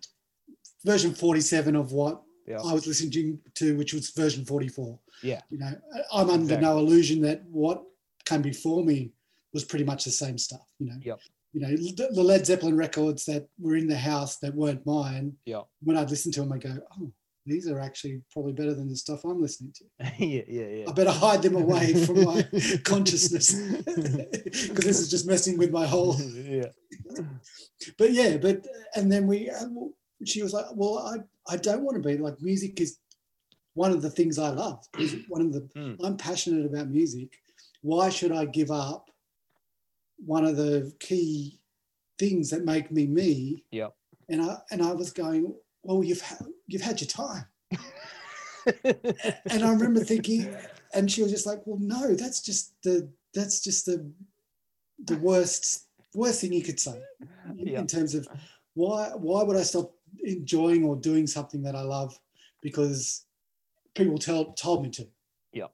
[SPEAKER 3] version 47 of what
[SPEAKER 4] Yeah.
[SPEAKER 3] i was listening to which was version 44
[SPEAKER 4] Yeah.
[SPEAKER 3] you know I- i'm under no illusion that what came before me was pretty much the same stuff you know
[SPEAKER 4] Yep.
[SPEAKER 3] you know the the led zeppelin records that were in the house that weren't mine
[SPEAKER 4] Yeah.
[SPEAKER 3] when i'd listen to them i go oh these are actually probably better than the stuff i'm listening to
[SPEAKER 4] yeah, yeah, yeah.
[SPEAKER 3] I better hide them away from my consciousness because this is just messing with my whole.
[SPEAKER 4] yeah.
[SPEAKER 3] But yeah, but and then we, uh, well, she was like, "Well, I I don't want to be like music is one of the things I love. Is one of the
[SPEAKER 4] Mm.
[SPEAKER 3] I'm passionate about music. Why should I give up one of the key things that make me me?"
[SPEAKER 4] Yep.
[SPEAKER 3] And I and I was going, "Well, you've ha- you've had your time." and I remember thinking, and she was just like, "Well, no, that's just the that's just the the worst worst thing you could say in,
[SPEAKER 4] Yeah.
[SPEAKER 3] in terms of why why would I stop enjoying or doing something that I love because people tell told me to."
[SPEAKER 4] Yeah.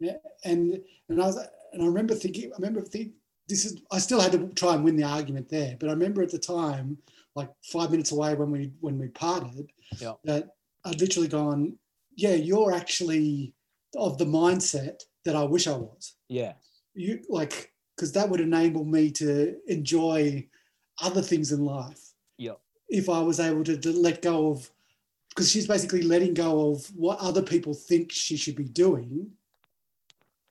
[SPEAKER 3] Yeah, and and I was and I remember thinking, I remember thinking. This is. I still had to try and win the argument there, but I remember at the time, like five minutes away when we when we parted,
[SPEAKER 4] Yeah.
[SPEAKER 3] that I'd literally gone, yeah, you're actually of the mindset that I wish I was.
[SPEAKER 4] yeah.
[SPEAKER 3] You like because that would enable me to enjoy other things in life.
[SPEAKER 4] Yeah.
[SPEAKER 3] If I was able to, to let go of, because she's basically letting go of what other people think she should be doing,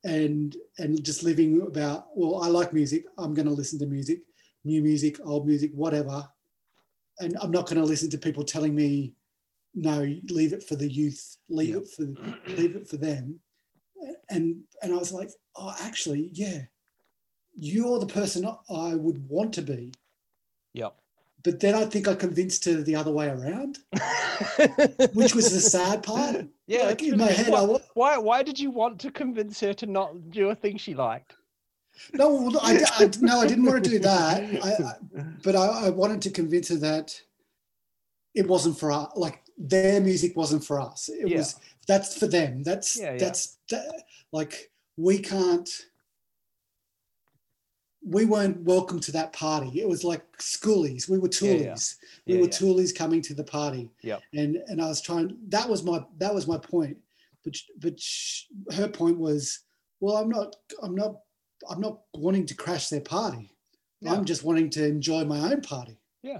[SPEAKER 3] and and just living about. Well, I like music. I'm going to listen to music, new music, old music, whatever, and I'm not going to listen to people telling me, no, leave it for the youth, leave
[SPEAKER 4] Yeah.
[SPEAKER 3] it for leave it for them. And and I was like, oh, actually, yeah, you're the person I would want to be.
[SPEAKER 4] Yep.
[SPEAKER 3] But then I think I convinced her the other way around, which was the sad part.
[SPEAKER 4] yeah.
[SPEAKER 3] like
[SPEAKER 4] that's
[SPEAKER 3] in
[SPEAKER 4] really
[SPEAKER 3] my
[SPEAKER 4] good.
[SPEAKER 3] head,
[SPEAKER 4] Why-
[SPEAKER 3] I was
[SPEAKER 4] why, why did you want to convince her to not do a thing she liked?
[SPEAKER 3] no, well, I, I, no, I didn't want to do that. I, I, but I, I wanted to convince her that it wasn't for us. Like their music wasn't for us. It
[SPEAKER 4] Yeah.
[SPEAKER 3] was that's for them. That's
[SPEAKER 4] Yeah, yeah.
[SPEAKER 3] that's that, like we can't. We weren't welcome to that party. It was like schoolies. We were
[SPEAKER 4] Yeah,
[SPEAKER 3] toolies.
[SPEAKER 4] yeah.
[SPEAKER 3] We
[SPEAKER 4] Yeah,
[SPEAKER 3] were
[SPEAKER 4] yeah.
[SPEAKER 3] toolies coming to the party.
[SPEAKER 4] Yep.
[SPEAKER 3] And and I was trying. That was my that was my point. But sh- but sh- her point was, well, I'm not I'm not I'm not wanting to crash their party.
[SPEAKER 4] Yeah.
[SPEAKER 3] I'm just wanting to enjoy my own party.
[SPEAKER 4] Yeah.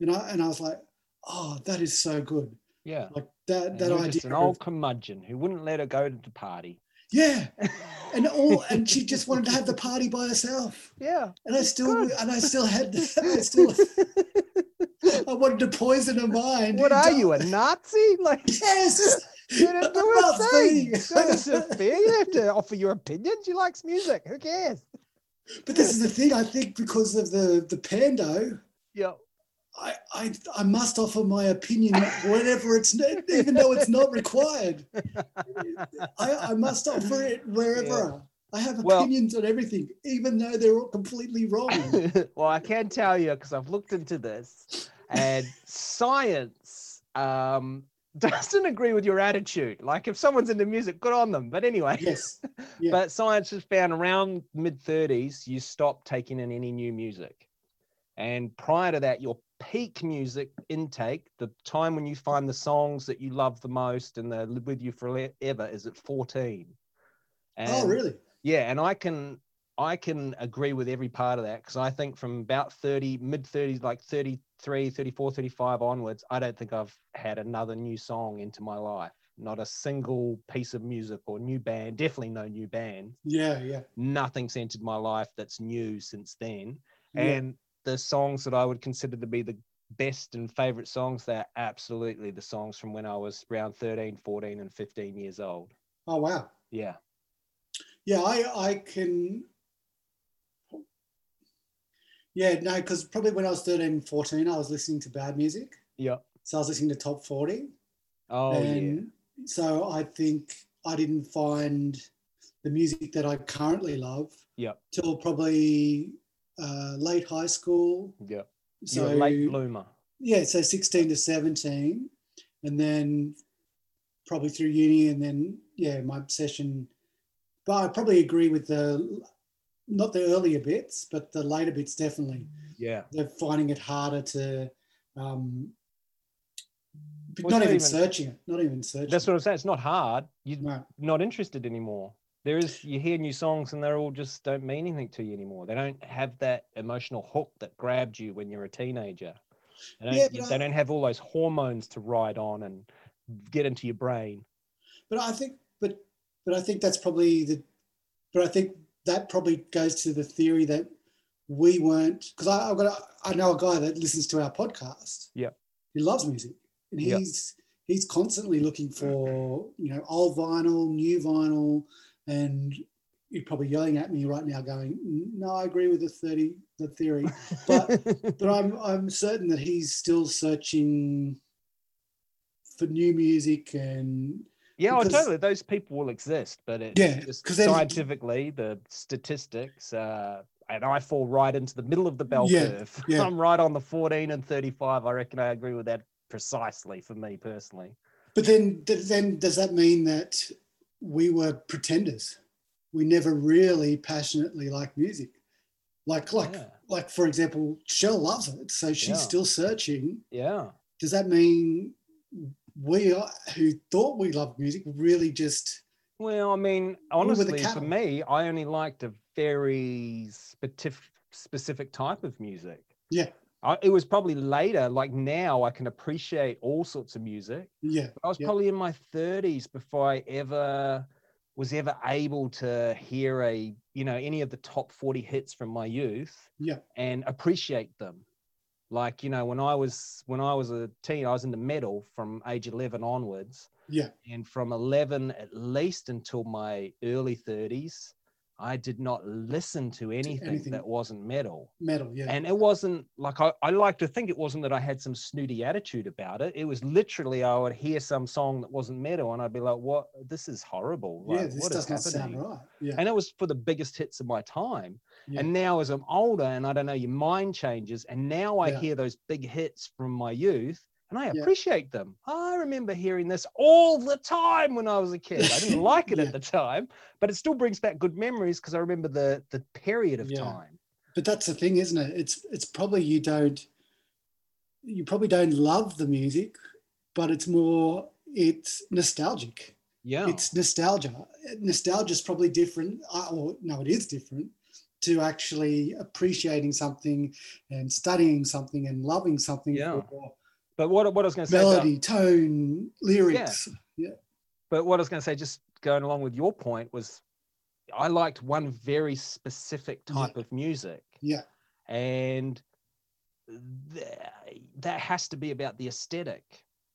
[SPEAKER 3] You know, and I was like, oh, that is so good.
[SPEAKER 4] yeah.
[SPEAKER 3] Like that
[SPEAKER 4] And
[SPEAKER 3] that
[SPEAKER 4] you're just
[SPEAKER 3] idea.
[SPEAKER 4] an
[SPEAKER 3] of-
[SPEAKER 4] old curmudgeon who wouldn't let her go to the party.
[SPEAKER 3] yeah. And all and she just wanted to have the party by herself.
[SPEAKER 4] yeah.
[SPEAKER 3] And I still
[SPEAKER 4] Good.
[SPEAKER 3] and I still had I still I wanted to poison her mind.
[SPEAKER 4] What are
[SPEAKER 3] into-
[SPEAKER 4] you, a Nazi? Like,
[SPEAKER 3] Yes.
[SPEAKER 4] you didn't do a
[SPEAKER 3] Nazi.
[SPEAKER 4] thing. Don't interfere. You don't have to offer your opinions. She likes music. Who cares?
[SPEAKER 3] But this is the thing, I think because of the the pando,
[SPEAKER 4] Yeah.
[SPEAKER 3] I, I, I must offer my opinion whenever it's even though it's not required. I, I must offer it wherever.
[SPEAKER 4] Yeah.
[SPEAKER 3] I have
[SPEAKER 4] Well-
[SPEAKER 3] opinions on everything, even though they're all completely wrong.
[SPEAKER 4] well, I can tell you because I've looked into this, and science um, doesn't agree with your attitude. Like, if someone's into music, good on them. But anyway,
[SPEAKER 3] yes. Oh, yeah.
[SPEAKER 4] but science has found around mid 30s, you stop taking in any new music. And prior to that, your peak music intake, the time when you find the songs that you love the most and they're with you forever, is at 14.
[SPEAKER 3] oh,
[SPEAKER 4] And-
[SPEAKER 3] really?
[SPEAKER 4] yeah, and I can I can agree with every part of that because I think from about 30 mid 30s like 33, 34, 35 onwards, I don't think I've had another new song into my life. Not a single piece of music or new band, definitely no new band.
[SPEAKER 3] Yeah, yeah.
[SPEAKER 4] Nothing's entered my life that's new since then.
[SPEAKER 3] Yeah.
[SPEAKER 4] And the songs that I would consider to be the best and favorite songs, they're absolutely the songs from when I was around 13, 14, and 15 years old.
[SPEAKER 3] Oh, wow.
[SPEAKER 4] Yeah.
[SPEAKER 3] Yeah, I, I can. Yeah, no, because probably when I was 13, 14, I was listening to bad music.
[SPEAKER 4] Yeah.
[SPEAKER 3] So I was listening to top 40.
[SPEAKER 4] Oh, yeah.
[SPEAKER 3] and so I think I didn't find the music that I currently love
[SPEAKER 4] Yep.
[SPEAKER 3] till probably uh, late high school.
[SPEAKER 4] Yeah.
[SPEAKER 3] So
[SPEAKER 4] You're a late bloomer.
[SPEAKER 3] yeah, so 16 to 17. And then probably through uni and then, yeah, my obsession. But I probably agree with the, not the earlier bits, but the later bits definitely.
[SPEAKER 4] Yeah.
[SPEAKER 3] They're finding it harder to, um, but
[SPEAKER 4] Well,
[SPEAKER 3] not
[SPEAKER 4] it's not
[SPEAKER 3] even,
[SPEAKER 4] even-
[SPEAKER 3] searching it, not even searching
[SPEAKER 4] That's
[SPEAKER 3] it.
[SPEAKER 4] what I'm saying. It's not hard. You're
[SPEAKER 3] No.
[SPEAKER 4] not interested anymore. There is, you hear new songs and they're all just don't mean anything to you anymore. They don't have that emotional hook that grabbed you when you're a teenager. They don't,
[SPEAKER 3] Yeah,
[SPEAKER 4] you-
[SPEAKER 3] but
[SPEAKER 4] they
[SPEAKER 3] I-
[SPEAKER 4] don't have all those hormones to ride on and get into your brain.
[SPEAKER 3] But I think, but but I think that's probably the, but I think that probably goes to the theory that we weren't because I I've got a, I know a guy that listens to our podcast.
[SPEAKER 4] Yeah.
[SPEAKER 3] he loves music, and
[SPEAKER 4] Yeah.
[SPEAKER 3] he's he's constantly looking for you know old vinyl, new vinyl, and you're probably yelling at me right now, going, "No, I agree with the thirty the theory," but but I'm I'm certain that he's still searching for new music and
[SPEAKER 4] yeah, oh,
[SPEAKER 3] because-
[SPEAKER 4] totally. Those people will exist, but it's
[SPEAKER 3] Yeah,
[SPEAKER 4] just
[SPEAKER 3] 'cause then-
[SPEAKER 4] scientifically, the statistics, uh, and I fall right into the middle of the bell
[SPEAKER 3] Yeah,
[SPEAKER 4] curve.
[SPEAKER 3] yeah.
[SPEAKER 4] I'm right on the 14 and 35. I reckon I agree with that precisely for me personally.
[SPEAKER 3] But then, th- then does that mean that we were pretenders? We never really passionately like music. Like, like,
[SPEAKER 4] Yeah.
[SPEAKER 3] like for example, Shell loves it, so she's
[SPEAKER 4] Yeah.
[SPEAKER 3] still searching.
[SPEAKER 4] Yeah.
[SPEAKER 3] Does that mean we are, who thought we loved music really just?
[SPEAKER 4] Well, I mean,
[SPEAKER 3] were the
[SPEAKER 4] honestly, for
[SPEAKER 3] cattle.
[SPEAKER 4] me, I only liked a very specific specific type of music.
[SPEAKER 3] Yeah.
[SPEAKER 4] I, it was probably later, like now, I can appreciate all sorts of music.
[SPEAKER 3] Yeah,
[SPEAKER 4] I was
[SPEAKER 3] Yeah.
[SPEAKER 4] probably in my 30s before I ever was ever able to hear a, you know, any of the top 40 hits from my youth
[SPEAKER 3] Yeah.
[SPEAKER 4] and appreciate them. Like, you know, when I was when I was a teen, I was into metal from age 11 onwards.
[SPEAKER 3] Yeah.
[SPEAKER 4] And from 11 at least until my early 30s, I did not listen to anything,
[SPEAKER 3] anything.
[SPEAKER 4] that wasn't metal.
[SPEAKER 3] metal. Yeah,
[SPEAKER 4] And it wasn't like I, I like to think it wasn't that I had some snooty attitude about it. It was literally I would hear some song that wasn't metal and I'd be like, What this is horrible. Like,
[SPEAKER 3] yeah, this
[SPEAKER 4] what is
[SPEAKER 3] does not
[SPEAKER 4] happening?
[SPEAKER 3] sound right. Yeah,
[SPEAKER 4] And it was for the biggest hits of my time.
[SPEAKER 3] Yeah.
[SPEAKER 4] And now as I'm older and I don't know, your mind changes. And now I
[SPEAKER 3] Yeah.
[SPEAKER 4] hear those big hits from my youth and I
[SPEAKER 3] Yeah.
[SPEAKER 4] appreciate them. I remember hearing this all the time when I was a kid. I didn't like it
[SPEAKER 3] Yeah.
[SPEAKER 4] at the time, but it still brings back good memories because I remember the the period of
[SPEAKER 3] Yeah.
[SPEAKER 4] time.
[SPEAKER 3] but that's the thing, isn't it? It's it's probably you don't, you probably don't love the music, but it's more it's nostalgic.
[SPEAKER 4] Yeah.
[SPEAKER 3] it's nostalgia. Nostalgia is probably different, uh, or no, it is different to actually appreciating something and studying something and loving something
[SPEAKER 4] Yeah.
[SPEAKER 3] for
[SPEAKER 4] But what, what I was going to say, about,
[SPEAKER 3] melody, tone, lyrics.
[SPEAKER 4] but what I was going to say, just going along with your point, was I liked one very specific
[SPEAKER 3] Yeah.
[SPEAKER 4] type of music.
[SPEAKER 3] Yeah.
[SPEAKER 4] And th- that has to be about the aesthetic.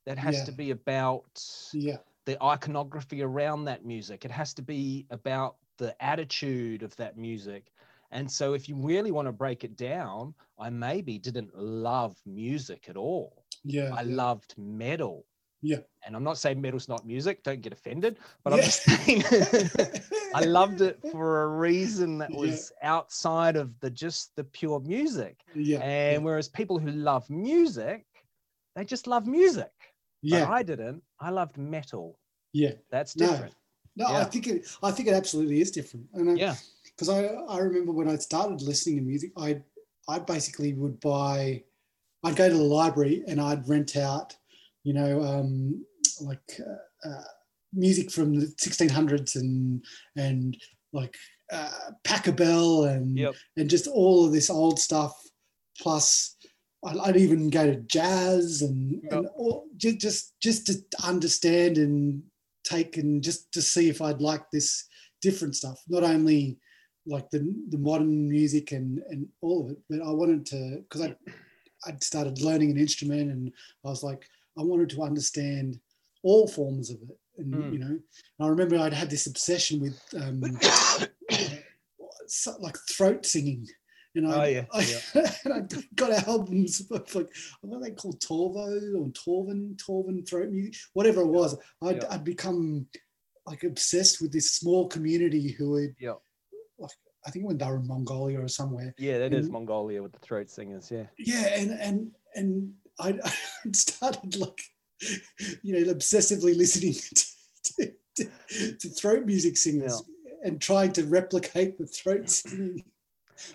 [SPEAKER 4] That has
[SPEAKER 3] Yeah.
[SPEAKER 4] to be about
[SPEAKER 3] Yeah,
[SPEAKER 4] the iconography around that music. It has to be about the attitude of that music. And so, if you really want to break it down, I maybe didn't love music at all.
[SPEAKER 3] yeah,
[SPEAKER 4] I
[SPEAKER 3] yeah.
[SPEAKER 4] loved metal.
[SPEAKER 3] Yeah.
[SPEAKER 4] And I'm not saying metal's not music, don't get offended, but
[SPEAKER 3] Yeah.
[SPEAKER 4] I'm just saying I loved it for a reason that
[SPEAKER 3] Yeah.
[SPEAKER 4] was outside of the just the pure music.
[SPEAKER 3] Yeah,
[SPEAKER 4] And whereas people who love music, they just love music. But
[SPEAKER 3] yeah,
[SPEAKER 4] I didn't. I loved metal.
[SPEAKER 3] yeah.
[SPEAKER 4] That's
[SPEAKER 3] No.
[SPEAKER 4] different.
[SPEAKER 3] No, I
[SPEAKER 4] Yeah.
[SPEAKER 3] think it. I think it absolutely is different. And I,
[SPEAKER 4] Yeah.
[SPEAKER 3] because I, I remember when I started listening to music, I I basically would buy I'd go to the library and I'd rent out, you know, um, like uh, uh, music from the 1600s and and like uh, Pachelbel and
[SPEAKER 4] Yep.
[SPEAKER 3] and just all of this old stuff. Plus, I'd, I'd even go to jazz and, and all, ju- just just to understand and take and just to see if I'd like this different stuff. Not only like the the modern music and and all of it, but I wanted to because I I'd started learning an instrument and I was like I wanted to understand all forms of it. And
[SPEAKER 4] Mm.
[SPEAKER 3] you know, and I remember I'd had this obsession with um, so- like throat singing. And I,
[SPEAKER 4] Oh, yeah,
[SPEAKER 3] I, and I got albums of like what are they called Torvo or Torvin, Torvin throat music, whatever it was. I'd,
[SPEAKER 4] Yeah.
[SPEAKER 3] I'd become like obsessed with this small community who would,
[SPEAKER 4] Yeah.
[SPEAKER 3] like I think when they were in Mongolia or somewhere.
[SPEAKER 4] Yeah, that is
[SPEAKER 3] Mhm.
[SPEAKER 4] Mongolia with the throat singers. Yeah.
[SPEAKER 3] Yeah, and and and I, I started like you know obsessively listening to, to, to, to throat music singers and trying to replicate the throat singing.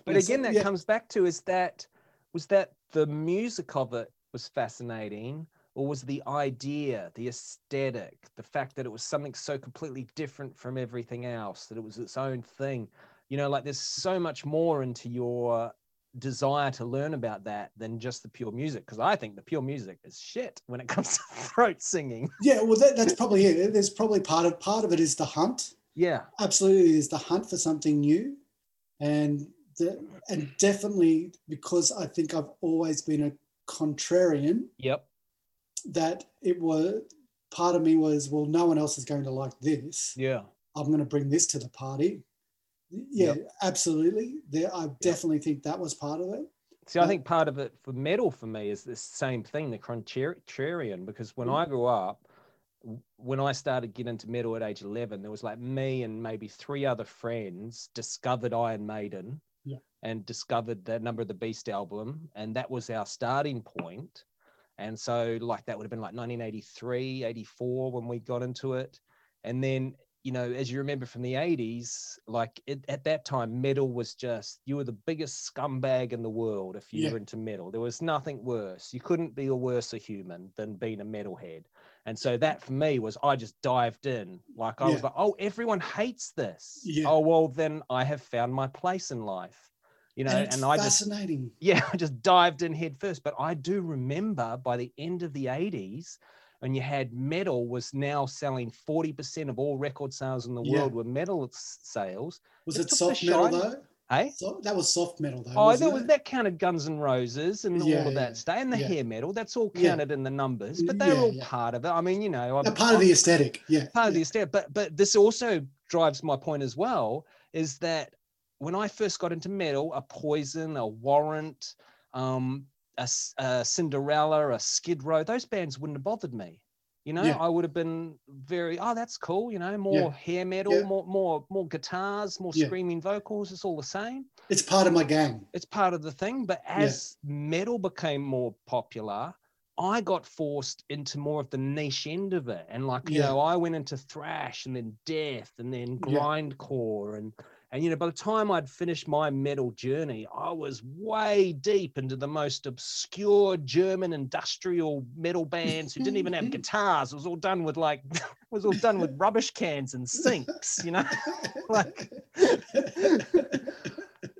[SPEAKER 4] But
[SPEAKER 3] Yes,
[SPEAKER 4] again, that
[SPEAKER 3] yeah.
[SPEAKER 4] comes back to is that was that the music of it was fascinating, or was the idea, the aesthetic, the fact that it was something so completely different from everything else, that it was its own thing? You know, like there's so much more into your desire to learn about that than just the pure music. Because I think the pure music is shit when it comes to throat singing.
[SPEAKER 3] Yeah, well, that, that's probably it. There's probably part of part of it is the hunt.
[SPEAKER 4] Yeah.
[SPEAKER 3] Absolutely, is the hunt for something new, and the, and definitely because I think I've always been a contrarian.
[SPEAKER 4] Yep.
[SPEAKER 3] That it was part of me was well, no one else is going to like this.
[SPEAKER 4] Yeah.
[SPEAKER 3] I'm going to bring this to the party. Yeah, absolutely. There, I definitely think that was part of it.
[SPEAKER 4] See, I
[SPEAKER 3] Yeah.
[SPEAKER 4] think part of it for metal for me is the same thing, the contrarian, because when I grew up, w- when I started getting into metal at age 11, there was like me and maybe three other friends discovered Iron Maiden
[SPEAKER 3] Yeah.
[SPEAKER 4] and discovered the Number of the Beast album. And that was our starting point. And so, like, that would have been like 1983, 84 when we got into it. And then you know, as you remember from the 80s, like it, at that time, metal was just, you were the biggest scumbag in the world if you
[SPEAKER 3] Yeah.
[SPEAKER 4] were into metal. There was nothing worse. You couldn't be a worse a human than being a metalhead. And so that for me was, I just dived in. Like I was
[SPEAKER 3] Yeah.
[SPEAKER 4] like, oh, everyone hates this.
[SPEAKER 3] Yeah.
[SPEAKER 4] Oh, well, then I have found my place in life. You know,
[SPEAKER 3] and
[SPEAKER 4] and,
[SPEAKER 3] it's
[SPEAKER 4] I just,
[SPEAKER 3] fascinating.
[SPEAKER 4] yeah, I just dived in head first. But I do remember by the end of the 80s, and you had metal was now selling 40% of all record sales in the
[SPEAKER 3] Yeah.
[SPEAKER 4] world were metal s- sales.
[SPEAKER 3] was
[SPEAKER 4] it
[SPEAKER 3] it
[SPEAKER 4] took the
[SPEAKER 3] soft metal
[SPEAKER 4] shine-
[SPEAKER 3] though?
[SPEAKER 4] Hey?
[SPEAKER 3] So, that was soft metal though.
[SPEAKER 4] Oh,
[SPEAKER 3] wasn't
[SPEAKER 4] that was
[SPEAKER 3] it?
[SPEAKER 4] that counted Guns and Roses and
[SPEAKER 3] Yeah,
[SPEAKER 4] all of
[SPEAKER 3] yeah,
[SPEAKER 4] that stuff, and the
[SPEAKER 3] yeah.
[SPEAKER 4] hair metal. That's all
[SPEAKER 3] Yeah.
[SPEAKER 4] counted in the numbers, but they're
[SPEAKER 3] Yeah,
[SPEAKER 4] all
[SPEAKER 3] yeah.
[SPEAKER 4] part of it. I mean, you know, I'm-
[SPEAKER 3] A part of the aesthetic. Yeah.
[SPEAKER 4] part of
[SPEAKER 3] yeah.
[SPEAKER 4] the aesthetic. But but this also drives my point as well is that when I first got into metal, a Poison, a Warrant, um, a, S- a Cinderella, a Skid Row, those bands wouldn't have bothered me. You know,
[SPEAKER 3] Yeah.
[SPEAKER 4] I would have been very, oh, that's cool. You know, more hair metal,
[SPEAKER 3] Yeah.
[SPEAKER 4] more more more guitars, more
[SPEAKER 3] Yeah.
[SPEAKER 4] screaming vocals. It's all the same
[SPEAKER 3] It's part of my gang.
[SPEAKER 4] it's part of the thing. But as metal became more popular, I got forced into more of the niche end of it. And like, you
[SPEAKER 3] Yeah.
[SPEAKER 4] know, I went into thrash and then death and then
[SPEAKER 3] Yeah.
[SPEAKER 4] grindcore and and you know, by the time I'd finished my metal journey, I was way deep into the most obscure German industrial metal bands who didn't even have guitars. It was all done with like it was all done with rubbish cans and sinks, you know. Like-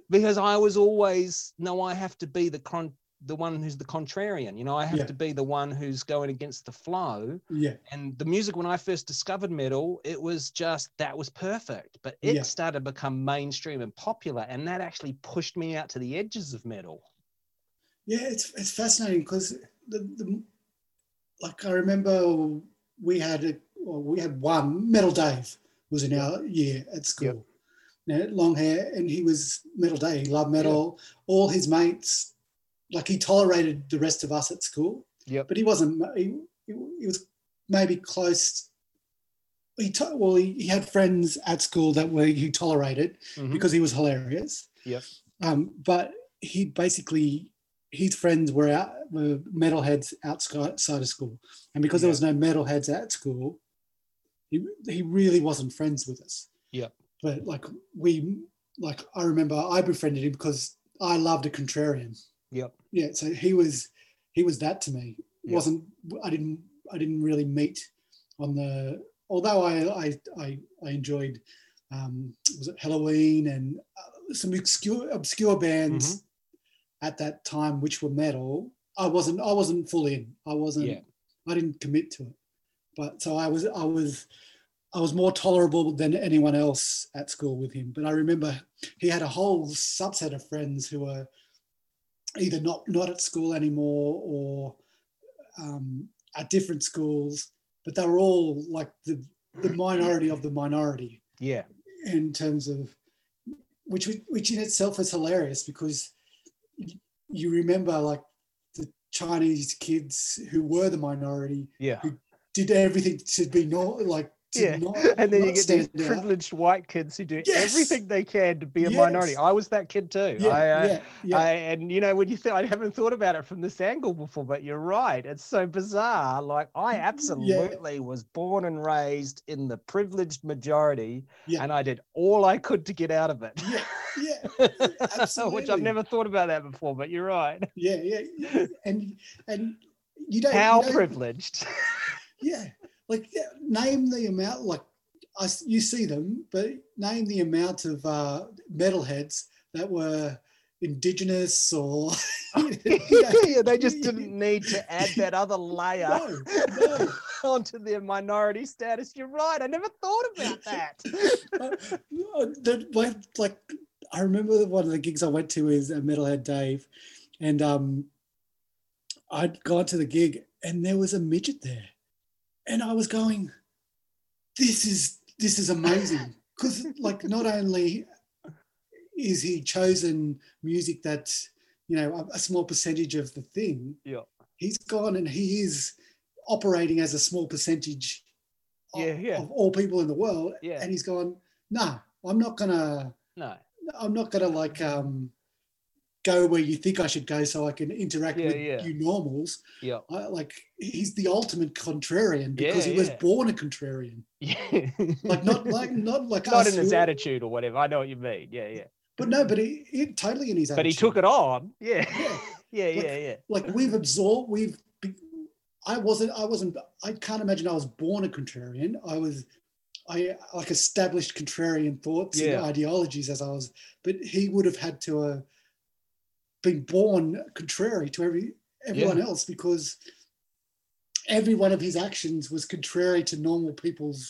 [SPEAKER 4] because I was always no, I have to be the con the one who's the contrarian. You know, I have
[SPEAKER 3] Yeah.
[SPEAKER 4] to be the one who's going against the flow.
[SPEAKER 3] yeah.
[SPEAKER 4] And the music when I first discovered metal, it was just that was perfect. But it
[SPEAKER 3] Yeah.
[SPEAKER 4] started to become mainstream and popular, and that actually pushed me out to the edges of metal.
[SPEAKER 3] Yeah, it's it's fascinating because the, the like I remember we had a, well, we had one Metal Dave was in our year at school. Now, long hair, and he was Metal Dave. He loved metal. All his mates, like he tolerated the rest of us at school.
[SPEAKER 4] Yep.
[SPEAKER 3] but he wasn't. He, he, he was maybe close. He to, well, he, he had friends at school that were he tolerated,
[SPEAKER 4] Mhm.
[SPEAKER 3] because he was hilarious.
[SPEAKER 4] Yep.
[SPEAKER 3] Um, but he basically his friends were out were metalheads outside side of school, and because there
[SPEAKER 4] Yeah.
[SPEAKER 3] was no metalheads at school, he he really wasn't friends with us.
[SPEAKER 4] Yep.
[SPEAKER 3] But like we like I remember I befriended him because I loved a contrarian.
[SPEAKER 4] Yep.
[SPEAKER 3] Yeah. So he was he was that to me. It
[SPEAKER 4] Yeah.
[SPEAKER 3] wasn't I didn't I didn't really meet on the although I I I, I enjoyed um, was it Halloween and uh, some obscure obscure bands at that time which were metal. I wasn't I wasn't full in. I wasn't
[SPEAKER 4] Yeah.
[SPEAKER 3] I didn't commit to it. But so I was I was I was more tolerable than anyone else at school with him. But I remember he had a whole subset of friends who were either not not at school anymore or um, at different schools, but they were all like the the minority of the minority
[SPEAKER 4] Yeah.
[SPEAKER 3] in terms of which which in itself is hilarious because y- you remember like the Chinese kids who were the minority
[SPEAKER 4] Yeah.
[SPEAKER 3] did everything to be not like to
[SPEAKER 4] Yeah.
[SPEAKER 3] not,
[SPEAKER 4] And then
[SPEAKER 3] not
[SPEAKER 4] you get these
[SPEAKER 3] stand out.
[SPEAKER 4] privileged white kids who do
[SPEAKER 3] Yes.
[SPEAKER 4] everything they can to be a
[SPEAKER 3] Yes.
[SPEAKER 4] minority. I was that kid too.
[SPEAKER 3] yeah,
[SPEAKER 4] I, uh,
[SPEAKER 3] yeah, yeah.
[SPEAKER 4] I, and you know when you think I haven't thought about it from this angle before, but you're right. It's so bizarre. Like I absolutely was born and raised in the privileged majority,
[SPEAKER 3] Yeah.
[SPEAKER 4] and I did all I could to get out of it.
[SPEAKER 3] Yeah, yeah,
[SPEAKER 4] Which I've
[SPEAKER 3] absolutely.
[SPEAKER 4] never thought about that before, but you're right.
[SPEAKER 3] yeah, yeah, yeah. and and you don't
[SPEAKER 4] How
[SPEAKER 3] you don't-
[SPEAKER 4] privileged?
[SPEAKER 3] yeah, like yeah, name the amount like I s you see them, but name the amount of uh, metalheads that were indigenous or yeah,
[SPEAKER 4] yeah, they just didn't need to add that other layer
[SPEAKER 3] no, no.
[SPEAKER 4] onto their minority status. You're right. I never thought about that.
[SPEAKER 3] Uh, uh, the- like, like I remember one of the gigs I went to is a metalhead Dave, and um, I'd gone to the gig and there was a midget there, and I was going, "This is this is amazing," because like not only is he chosen music that you know a, a small percentage of the thing,
[SPEAKER 4] Yeah.
[SPEAKER 3] he's gone and he is operating as a small percentage. of-
[SPEAKER 4] Yeah, yeah.
[SPEAKER 3] of all people in the world,
[SPEAKER 4] Yeah.
[SPEAKER 3] and he's gone no i'm not gonna
[SPEAKER 4] No.
[SPEAKER 3] i'm not gonna like um go where you think i should go so i can interact
[SPEAKER 4] Yeah,
[SPEAKER 3] with
[SPEAKER 4] yeah.
[SPEAKER 3] you normals
[SPEAKER 4] Yeah.
[SPEAKER 3] I, like he's the ultimate contrarian because
[SPEAKER 4] Yeah,
[SPEAKER 3] he was
[SPEAKER 4] yeah.
[SPEAKER 3] born a contrarian
[SPEAKER 4] Yeah.
[SPEAKER 3] like not like not like
[SPEAKER 4] not
[SPEAKER 3] us
[SPEAKER 4] in his
[SPEAKER 3] who-
[SPEAKER 4] attitude or whatever. I know what you mean. Yeah, yeah.
[SPEAKER 3] but no but he, he totally in his
[SPEAKER 4] But he took it on. Yeah.
[SPEAKER 3] Yeah.
[SPEAKER 4] Yeah,
[SPEAKER 3] Look,
[SPEAKER 4] yeah, yeah.
[SPEAKER 3] like we've absorbed we've be- i wasn't i wasn't i can't imagine i was born a contrarian i was i like established contrarian thoughts
[SPEAKER 4] Yeah.
[SPEAKER 3] and ideologies as i was but he would have had to uh, been born contrary to every everyone else because every one of his actions was contrary to normal people's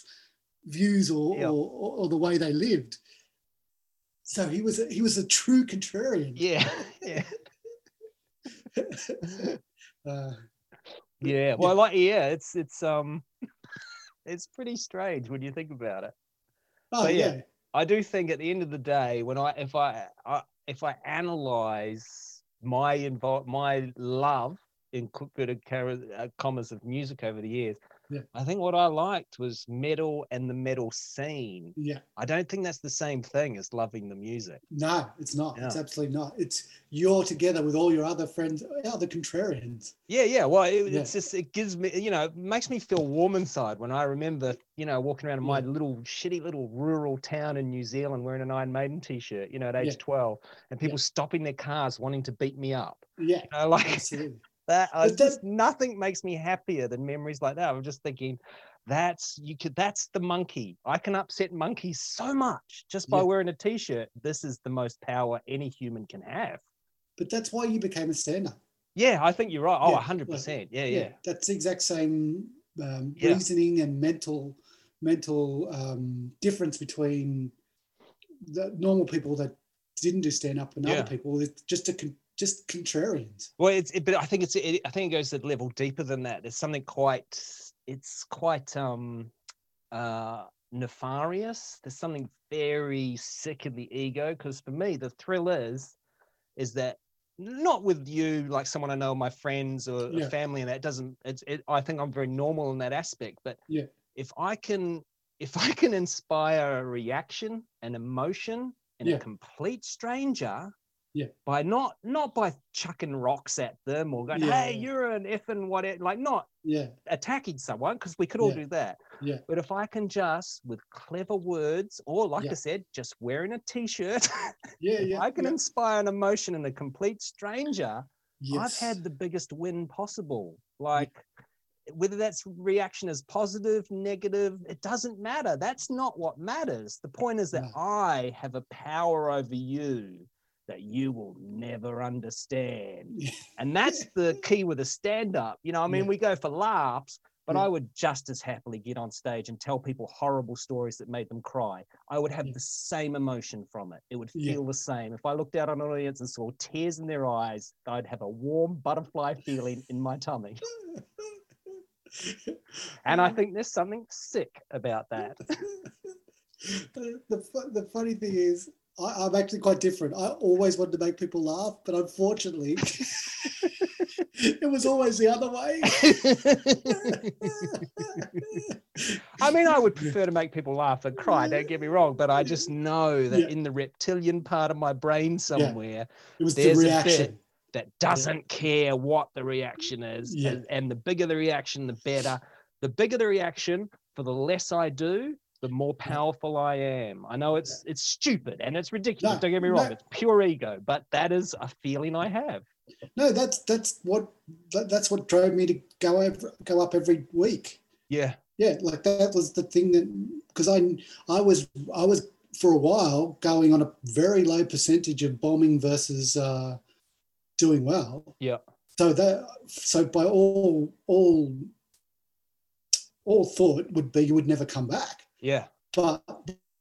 [SPEAKER 3] views or,
[SPEAKER 4] Yeah.
[SPEAKER 3] or, or or the way they lived so he was a, he was a true contrarian
[SPEAKER 4] Yeah. Yeah.
[SPEAKER 3] uh,
[SPEAKER 4] Yeah. Well, like yeah, it's it's um it's pretty strange when you think about it.
[SPEAKER 3] oh
[SPEAKER 4] But yeah,
[SPEAKER 3] yeah
[SPEAKER 4] I do think at the end of the day, when I if I, I if I analyze my involve my love in incorporated uh, commas of music over the years,
[SPEAKER 3] Yeah.
[SPEAKER 4] I think what I liked was metal and the metal scene.
[SPEAKER 3] yeah
[SPEAKER 4] I don't think that's the same thing as loving the music.
[SPEAKER 3] No, it's not. It's
[SPEAKER 4] Yeah.
[SPEAKER 3] absolutely not. It's you're together with all your other friends, uh, other contrarians.
[SPEAKER 4] Yeah, yeah. Well, it,
[SPEAKER 3] Yeah.
[SPEAKER 4] it's just it gives me, you know, it makes me feel warm inside when I remember, you know, walking around in my
[SPEAKER 3] Yeah.
[SPEAKER 4] little shitty little rural town in New Zealand wearing an Iron Maiden t-shirt, you know, at age
[SPEAKER 3] Yeah.
[SPEAKER 4] twelve, and
[SPEAKER 3] Yeah.
[SPEAKER 4] people stopping their cars wanting to beat me up.
[SPEAKER 3] Yeah,
[SPEAKER 4] You know, like
[SPEAKER 3] absolutely.
[SPEAKER 4] that. I
[SPEAKER 3] But that-
[SPEAKER 4] just nothing makes me happier than memories like that. I'm just thinking, that's you could. That's the monkey. I can upset monkeys so much just by
[SPEAKER 3] Yeah.
[SPEAKER 4] wearing a t-shirt. This is the most power any human can have.
[SPEAKER 3] But that's why you became a stand-up.
[SPEAKER 4] Yeah, I think you're right. Oh,
[SPEAKER 3] Yeah,
[SPEAKER 4] a
[SPEAKER 3] like-
[SPEAKER 4] hundred percent. Yeah, yeah.
[SPEAKER 3] that's the exact same um,
[SPEAKER 4] Yeah.
[SPEAKER 3] reasoning and mental mental um, difference between the normal people that didn't do stand-up and
[SPEAKER 4] Yeah.
[SPEAKER 3] other people. It's just a con- just contrarians.
[SPEAKER 4] Well, it's it, but I think it's it, I think it goes a level deeper than that. There's something quite it's quite um uh nefarious. There's something very sick in the ego because for me the thrill is is that not with you like someone I know, my friends or
[SPEAKER 3] Yeah.
[SPEAKER 4] family, and that doesn't. It's it, I think I'm very normal in that aspect, but
[SPEAKER 3] Yeah.
[SPEAKER 4] if I can if I can inspire a reaction, an emotion in
[SPEAKER 3] Yeah.
[SPEAKER 4] a complete stranger
[SPEAKER 3] Yeah.
[SPEAKER 4] by not not by chucking rocks at them or going,
[SPEAKER 3] Yeah,
[SPEAKER 4] hey,
[SPEAKER 3] yeah.
[SPEAKER 4] you're an effing what like not
[SPEAKER 3] Yeah,
[SPEAKER 4] attacking someone because we could all
[SPEAKER 3] Yeah.
[SPEAKER 4] do that.
[SPEAKER 3] Yeah.
[SPEAKER 4] But if I can just with clever words or like
[SPEAKER 3] Yeah.
[SPEAKER 4] I said, just wearing a t-shirt,
[SPEAKER 3] yeah,
[SPEAKER 4] if
[SPEAKER 3] yeah.
[SPEAKER 4] I can
[SPEAKER 3] yeah.
[SPEAKER 4] inspire an emotion in a complete stranger,
[SPEAKER 3] Yes.
[SPEAKER 4] I've had the biggest win possible. Like, whether that's reaction is positive, negative, it doesn't matter. That's not what matters. The point is that
[SPEAKER 3] No.
[SPEAKER 4] I have a power over you that you will never understand.
[SPEAKER 3] Yeah.
[SPEAKER 4] And that's the key with a stand up. You know, I mean,
[SPEAKER 3] Yeah.
[SPEAKER 4] we go for laughs, but
[SPEAKER 3] Yeah.
[SPEAKER 4] I would just as happily get on stage and tell people horrible stories that made them cry. I would have
[SPEAKER 3] Yeah.
[SPEAKER 4] the same emotion from it. It would
[SPEAKER 3] Yeah.
[SPEAKER 4] feel the same. If I looked out on an audience and saw tears in their eyes, I'd have a warm butterfly feeling in my tummy. And I think there's something sick about that.
[SPEAKER 3] the, the, fu- the funny thing is, I, I'm actually quite different. I always wanted to make people laugh, but unfortunately, it was always the other way.
[SPEAKER 4] I mean, I would prefer to make people laugh than cry, don't get me wrong, but I just know that
[SPEAKER 3] Yeah.
[SPEAKER 4] in the reptilian part of my brain somewhere,
[SPEAKER 3] it was the
[SPEAKER 4] There's a bit.
[SPEAKER 3] reaction.
[SPEAKER 4] that doesn't care what the reaction is.
[SPEAKER 3] Yeah.
[SPEAKER 4] And, and the bigger the reaction, the better. The bigger the reaction, for the less I do, the more powerful I am. I know it's it's stupid and it's ridiculous.
[SPEAKER 3] No,
[SPEAKER 4] don't get me wrong,
[SPEAKER 3] no.
[SPEAKER 4] it's pure ego, but that is a feeling I have.
[SPEAKER 3] No, that's that's what that, that's what drove me to go over, go up every week.
[SPEAKER 4] Yeah.
[SPEAKER 3] Yeah, like that was the thing that because I I was I was for a while going on a very low percentage of bombing versus uh, doing well.
[SPEAKER 4] Yeah.
[SPEAKER 3] So that so by all all all thought would be you would never come back,
[SPEAKER 4] Yeah.
[SPEAKER 3] but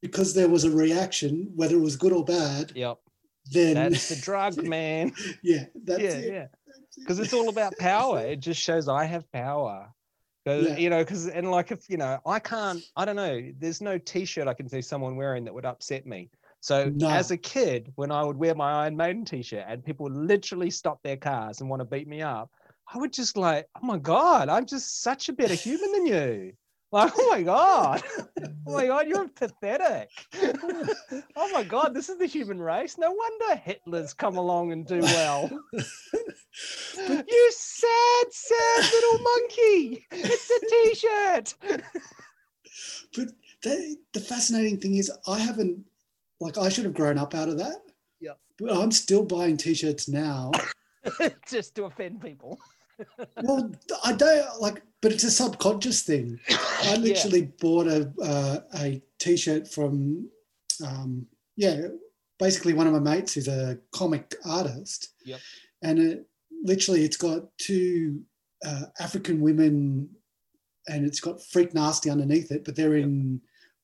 [SPEAKER 3] because there was a reaction, whether it was good or bad,
[SPEAKER 4] Yep.
[SPEAKER 3] then
[SPEAKER 4] That's the drug, man.
[SPEAKER 3] yeah, that's
[SPEAKER 4] yeah,
[SPEAKER 3] it.
[SPEAKER 4] yeah. Because it's all about power. It just shows I have power. 'Cause,
[SPEAKER 3] Yeah.
[SPEAKER 4] You know, because and like if you know, I can't. I don't know. There's no T-shirt I can see someone wearing that would upset me. So
[SPEAKER 3] No.
[SPEAKER 4] as a kid, when I would wear my Iron Maiden T-shirt and people would literally stop their cars and want to beat me up, I would just like, oh my god, I'm just such a better human than you. Like, oh my god, oh my god, you're pathetic. oh my god, this is the human race. No wonder Hitler's come along and do well. you sad, sad little monkey. It's a t-shirt.
[SPEAKER 3] But the, the fascinating thing is, I haven't, like, I should have grown up out of that.
[SPEAKER 4] Yeah.
[SPEAKER 3] But I'm still buying t shirts now.
[SPEAKER 4] Just to offend people.
[SPEAKER 3] well, I don't, like, but it's a subconscious thing. I literally bought a, uh, a t shirt from, um, yeah, basically one of my mates who's a comic artist.
[SPEAKER 4] Yep.
[SPEAKER 3] And it, literally, it's got two uh, African women and it's got freak nasty underneath it, but they're in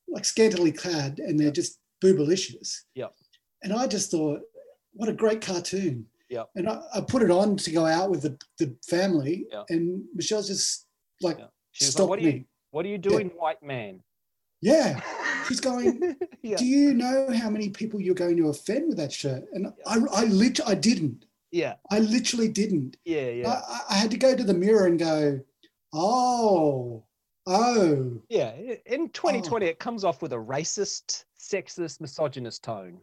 [SPEAKER 3] like scantily clad and they're
[SPEAKER 4] Yep.
[SPEAKER 3] just boobalicious.
[SPEAKER 4] Yep.
[SPEAKER 3] And I just thought, what a great cartoon.
[SPEAKER 4] Yep.
[SPEAKER 3] And I, I put it on to go out with the, the family
[SPEAKER 4] Yep.
[SPEAKER 3] and Michelle's just like
[SPEAKER 4] Yeah. She was like,
[SPEAKER 3] stopped
[SPEAKER 4] what are you
[SPEAKER 3] me.
[SPEAKER 4] what are you doing, white man?
[SPEAKER 3] Yeah. She's going,
[SPEAKER 4] yeah.
[SPEAKER 3] do you know how many people you're going to offend with that shirt? And I, I lit, I didn't.
[SPEAKER 4] yeah.
[SPEAKER 3] I literally didn't.
[SPEAKER 4] Yeah.
[SPEAKER 3] I
[SPEAKER 4] Yeah.
[SPEAKER 3] I, I had to go to the mirror and go, oh, oh,
[SPEAKER 4] Yeah, i- in 2020, it comes off with a racist, sexist, misogynist tone.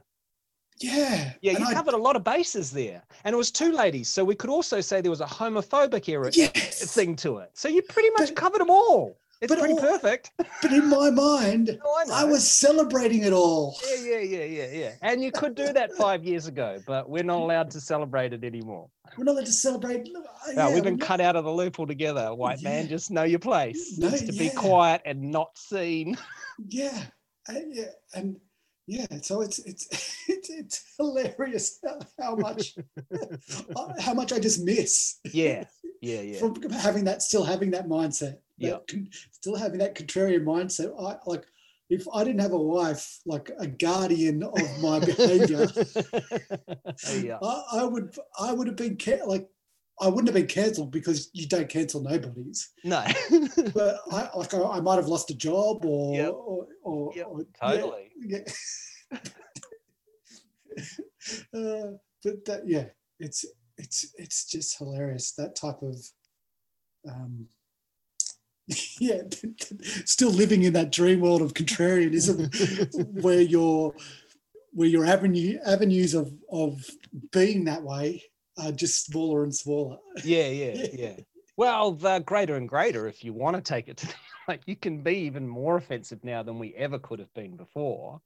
[SPEAKER 3] yeah.
[SPEAKER 4] Yeah,
[SPEAKER 3] And
[SPEAKER 4] you
[SPEAKER 3] I-
[SPEAKER 4] covered a lot of bases there. And it was two ladies. So we could also say there was a homophobic era
[SPEAKER 3] yes.
[SPEAKER 4] thing to it. So you pretty much
[SPEAKER 3] But-
[SPEAKER 4] covered them all. It's
[SPEAKER 3] but
[SPEAKER 4] pretty
[SPEAKER 3] all-
[SPEAKER 4] perfect.
[SPEAKER 3] But in my mind,
[SPEAKER 4] Oh, I,
[SPEAKER 3] I
[SPEAKER 4] know.
[SPEAKER 3] was celebrating it all.
[SPEAKER 4] Yeah, yeah, yeah, yeah, yeah. And you could do that five years ago, but we're not allowed to celebrate it anymore.
[SPEAKER 3] We're not allowed to celebrate. No,
[SPEAKER 4] No, we've been cut out of the loop altogether, white man.
[SPEAKER 3] Yeah.
[SPEAKER 4] Just know your place.
[SPEAKER 3] No,
[SPEAKER 4] Just to be
[SPEAKER 3] yeah.
[SPEAKER 4] quiet and not seen.
[SPEAKER 3] Yeah, I- yeah, and yeah. So it's it's it's, it's hilarious how, how much uh, how much I just miss
[SPEAKER 4] Yeah, yeah, yeah.
[SPEAKER 3] from having that still having that mindset. that
[SPEAKER 4] Yeah.
[SPEAKER 3] con- still having that contrarian mindset. I like if I didn't have a wife, like a guardian of my behavior.
[SPEAKER 4] yeah.
[SPEAKER 3] I, I would I would have been ca- like I wouldn't have been cancelled because you don't cancel nobodies.
[SPEAKER 4] No.
[SPEAKER 3] But I like I, I might have lost a job or
[SPEAKER 4] Yep.
[SPEAKER 3] or, or,
[SPEAKER 4] Yep,
[SPEAKER 3] or- yeah,
[SPEAKER 4] totally.
[SPEAKER 3] Yeah. uh, but that yeah, it's it's it's just hilarious that type of um yeah still living in that dream world of contrarianism where your where your avenue avenues of of being that way are just smaller and smaller
[SPEAKER 4] Yeah, yeah, yeah. Well, the greater and greater if you want to take it to like you can be even more offensive now than we ever could have been before.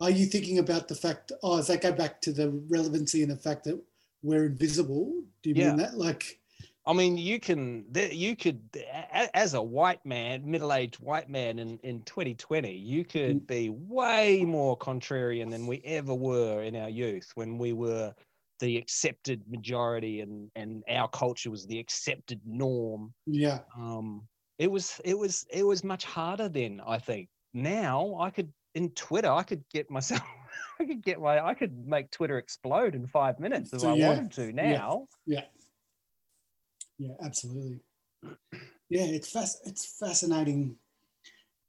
[SPEAKER 3] Are you thinking about the fact? Oh, does that go back to the relevancy and the fact that we're invisible. Do you
[SPEAKER 2] Yeah.
[SPEAKER 3] mean that? Like,
[SPEAKER 2] I mean, you can, there- you could, a- as a white man, middle aged white man in, in 2020, you
[SPEAKER 4] Mm.
[SPEAKER 2] could be way more contrarian than we ever were in our youth when we were the accepted majority and, and our culture was the accepted norm.
[SPEAKER 3] yeah,
[SPEAKER 2] Um, it was, it was, it was much harder then, I think. Now I could, in Twitter, I could get myself, I could get my, I could make Twitter explode in five minutes if
[SPEAKER 3] So,
[SPEAKER 2] I
[SPEAKER 3] yeah,
[SPEAKER 2] wanted to now.
[SPEAKER 3] yeah, absolutely. Yeah, it's fas- it's fascinating,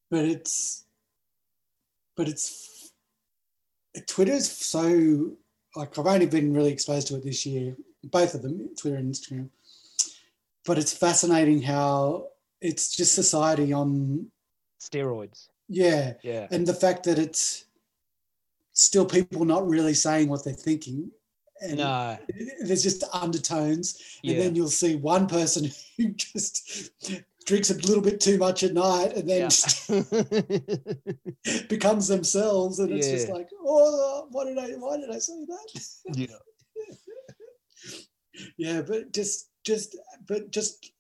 [SPEAKER 3] but it's but it's Twitter's so like I've only been really exposed to it this year, both of them, Twitter and Instagram. But it's fascinating how it's just society on
[SPEAKER 2] Steroids.
[SPEAKER 3] yeah,
[SPEAKER 2] Yeah.
[SPEAKER 3] and the fact that it's still people not really saying what they're thinking and
[SPEAKER 2] No.
[SPEAKER 3] there's just undertones
[SPEAKER 2] Yeah.
[SPEAKER 3] and then you'll see one person who just drinks a little bit too much at night and then
[SPEAKER 2] Yeah.
[SPEAKER 3] becomes themselves and it's just
[SPEAKER 2] Yeah.
[SPEAKER 3] like oh what did i why did i say that
[SPEAKER 2] yeah.
[SPEAKER 3] yeah but just just but just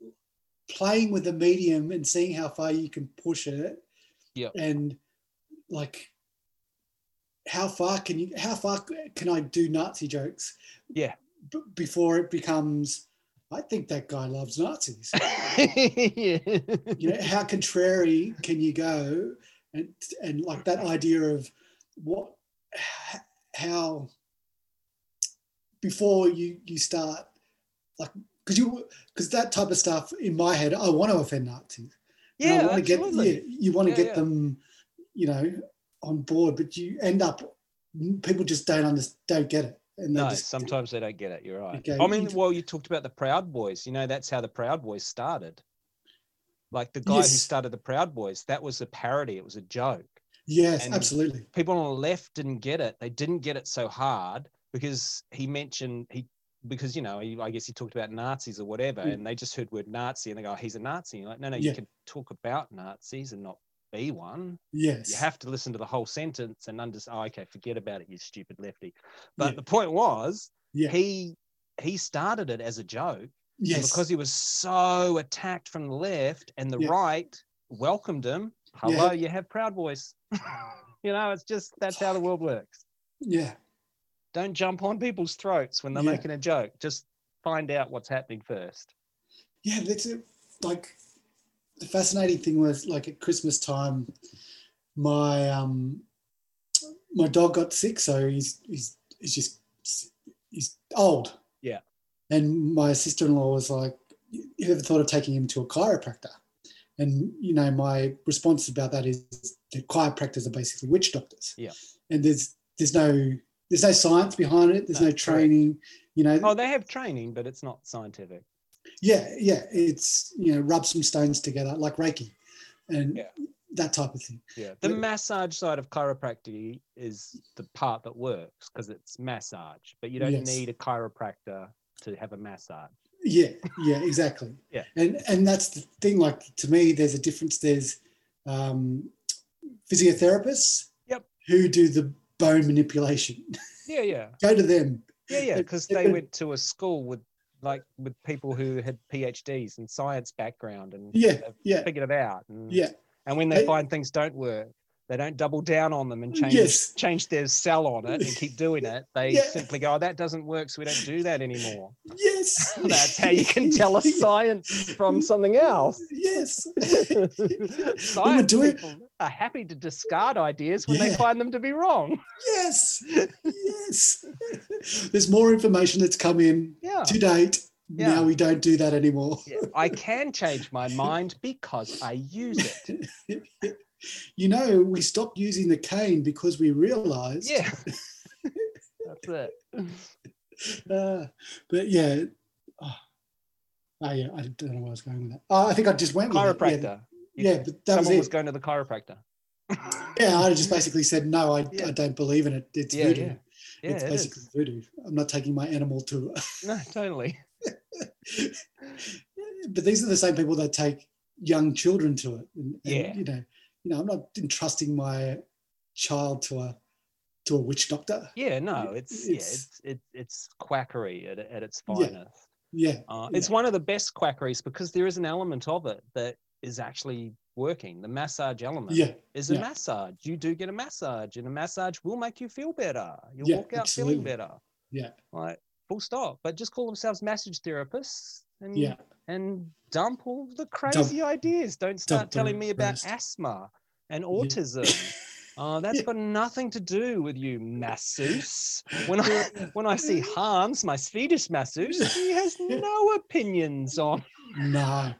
[SPEAKER 3] playing with the medium and seeing how far you can push it
[SPEAKER 2] Yep.
[SPEAKER 3] and like how far can you how far can i do nazi jokes
[SPEAKER 2] Yeah.
[SPEAKER 3] b- before it becomes i think that guy loves nazis you know how contrary can you go and and like that idea of what h- how before you you start like because you because that type of stuff in my head i want to offend nazis And
[SPEAKER 2] Yeah,
[SPEAKER 3] i want to get
[SPEAKER 2] absolutely.
[SPEAKER 3] yeah, you want to
[SPEAKER 2] Yeah,
[SPEAKER 3] get
[SPEAKER 2] yeah.
[SPEAKER 3] them you know on board but you end up people just don't understand don't get it and they
[SPEAKER 2] No,
[SPEAKER 3] just-
[SPEAKER 2] sometimes they don't get it. You're right.
[SPEAKER 3] Okay,
[SPEAKER 2] I mean,
[SPEAKER 3] int-
[SPEAKER 2] well, you talked about the Proud Boys. You know, that's how the Proud Boys started. Like the guy who
[SPEAKER 3] Yes.
[SPEAKER 2] started the Proud Boys, that was a parody. It was a joke.
[SPEAKER 3] yes
[SPEAKER 2] and-
[SPEAKER 3] absolutely
[SPEAKER 2] People on the left didn't get it. They didn't get it so hard because he mentioned he because you know he, I guess he talked about Nazis or whatever,
[SPEAKER 3] Mm.
[SPEAKER 2] and they just heard word Nazi and they go, "Oh, "He's a Nazi." You're like, no, no,
[SPEAKER 3] Yeah.
[SPEAKER 2] you can talk about Nazis and not be one.
[SPEAKER 3] yes
[SPEAKER 2] you have to listen to the whole sentence and understand oh, okay forget about it you stupid lefty but
[SPEAKER 3] Yeah.
[SPEAKER 2] the point was
[SPEAKER 3] Yeah.
[SPEAKER 2] he he started it as a joke and
[SPEAKER 3] yes
[SPEAKER 2] because he was so attacked from the left and the
[SPEAKER 3] Yeah.
[SPEAKER 2] right welcomed him hello you have proud boys you know it's just that's how the world works
[SPEAKER 3] yeah
[SPEAKER 2] don't jump on people's throats when they're
[SPEAKER 3] Yeah.
[SPEAKER 2] making a joke just find out what's happening first
[SPEAKER 3] yeah that's it like the fascinating thing was like at christmas time my um my dog got sick so he's he's he's just he's old
[SPEAKER 2] Yeah.
[SPEAKER 3] and my sister-in-law was like you ever thought of taking him to a chiropractor and you know my response about that is that chiropractors are basically witch doctors
[SPEAKER 2] Yeah.
[SPEAKER 3] and there's there's no there's no science behind it there's no,
[SPEAKER 2] No, correct.
[SPEAKER 3] training you know
[SPEAKER 2] oh they have training but it's not scientific
[SPEAKER 3] yeah yeah it's you know rub some stones together like reiki and
[SPEAKER 2] Yeah.
[SPEAKER 3] that type of thing
[SPEAKER 2] Yeah, the
[SPEAKER 3] But-
[SPEAKER 2] massage side of chiropractic is the part that works because it's massage, but you don't
[SPEAKER 3] Yes.
[SPEAKER 2] need a chiropractor to have a massage.
[SPEAKER 3] yeah yeah exactly
[SPEAKER 2] Yeah.
[SPEAKER 3] and and that's the thing like to me there's a difference there's um physiotherapists
[SPEAKER 2] Yep.
[SPEAKER 3] who do the bone manipulation
[SPEAKER 2] Yeah, yeah,
[SPEAKER 3] go to them
[SPEAKER 2] yeah, yeah,
[SPEAKER 3] But-
[SPEAKER 2] because they
[SPEAKER 3] but-
[SPEAKER 2] went to a school with like with people who had PhDs and science background and
[SPEAKER 3] yeah
[SPEAKER 2] they've
[SPEAKER 3] yeah
[SPEAKER 2] figured it out. And,
[SPEAKER 3] yeah
[SPEAKER 2] and when they
[SPEAKER 3] They-
[SPEAKER 2] find things don't work, they don't double down on them and change
[SPEAKER 3] Yes.
[SPEAKER 2] change their cell on it and keep doing it. They
[SPEAKER 3] Yeah.
[SPEAKER 2] simply go, oh, "That doesn't work, so we don't do that anymore."
[SPEAKER 3] yes
[SPEAKER 2] That's how you can tell a science from something else.
[SPEAKER 3] yes
[SPEAKER 2] Science
[SPEAKER 3] doing-
[SPEAKER 2] people are happy to discard ideas when they
[SPEAKER 3] Yeah.
[SPEAKER 2] find them to be wrong.
[SPEAKER 3] yes yes there's more information that's come in
[SPEAKER 2] Yeah.
[SPEAKER 3] to date
[SPEAKER 2] Yeah.
[SPEAKER 3] now we don't do that anymore
[SPEAKER 2] Yeah, I can change my mind because I use it.
[SPEAKER 3] you know we stopped using the cane because we realized
[SPEAKER 2] Yeah. That's it.
[SPEAKER 3] uh, but yeah oh, oh, yeah i don't know where i was going with that oh, i think i just went with it. Yeah,
[SPEAKER 2] Chiropractor. You-
[SPEAKER 3] yeah, but that was
[SPEAKER 2] Someone
[SPEAKER 3] it
[SPEAKER 2] was going to the chiropractor.
[SPEAKER 3] yeah i just basically said no i,
[SPEAKER 2] Yeah.
[SPEAKER 3] I don't believe in it it's
[SPEAKER 2] Yeah,
[SPEAKER 3] voodoo
[SPEAKER 2] yeah. Yeah,
[SPEAKER 3] it's
[SPEAKER 2] it
[SPEAKER 3] basically
[SPEAKER 2] is.
[SPEAKER 3] voodoo i'm not taking my animal to
[SPEAKER 2] No, totally.
[SPEAKER 3] but these are the same people that take young children to it and, and,
[SPEAKER 2] Yeah.
[SPEAKER 3] you know you know i'm not entrusting my child to a to to a witch doctor.
[SPEAKER 2] Yeah, no,
[SPEAKER 3] It-
[SPEAKER 2] it's yeah,
[SPEAKER 3] it's-
[SPEAKER 2] it's it, it's quackery at, at its
[SPEAKER 3] Yeah.
[SPEAKER 2] finest.
[SPEAKER 3] Yeah,
[SPEAKER 2] Uh, It's one of the best quackeries because there is an element of it that is actually working. The massage element
[SPEAKER 3] yeah,
[SPEAKER 2] is a
[SPEAKER 3] yeah.
[SPEAKER 2] massage. You do get a massage, and a massage will make you feel better. You'll
[SPEAKER 3] Yeah,
[SPEAKER 2] walk out feeling
[SPEAKER 3] absolutely.
[SPEAKER 2] better.
[SPEAKER 3] Yeah.
[SPEAKER 2] Like full stop. But just call themselves massage therapists and
[SPEAKER 3] yeah.
[SPEAKER 2] and dump all the crazy ideas. Don't start
[SPEAKER 3] the
[SPEAKER 2] telling me about
[SPEAKER 3] rest.
[SPEAKER 2] asthma and autism. Uh, that's
[SPEAKER 3] Yeah.
[SPEAKER 2] got nothing to do with you, masseuse. When I when I see Hans, my Swedish masseuse, he has no opinions on
[SPEAKER 3] no,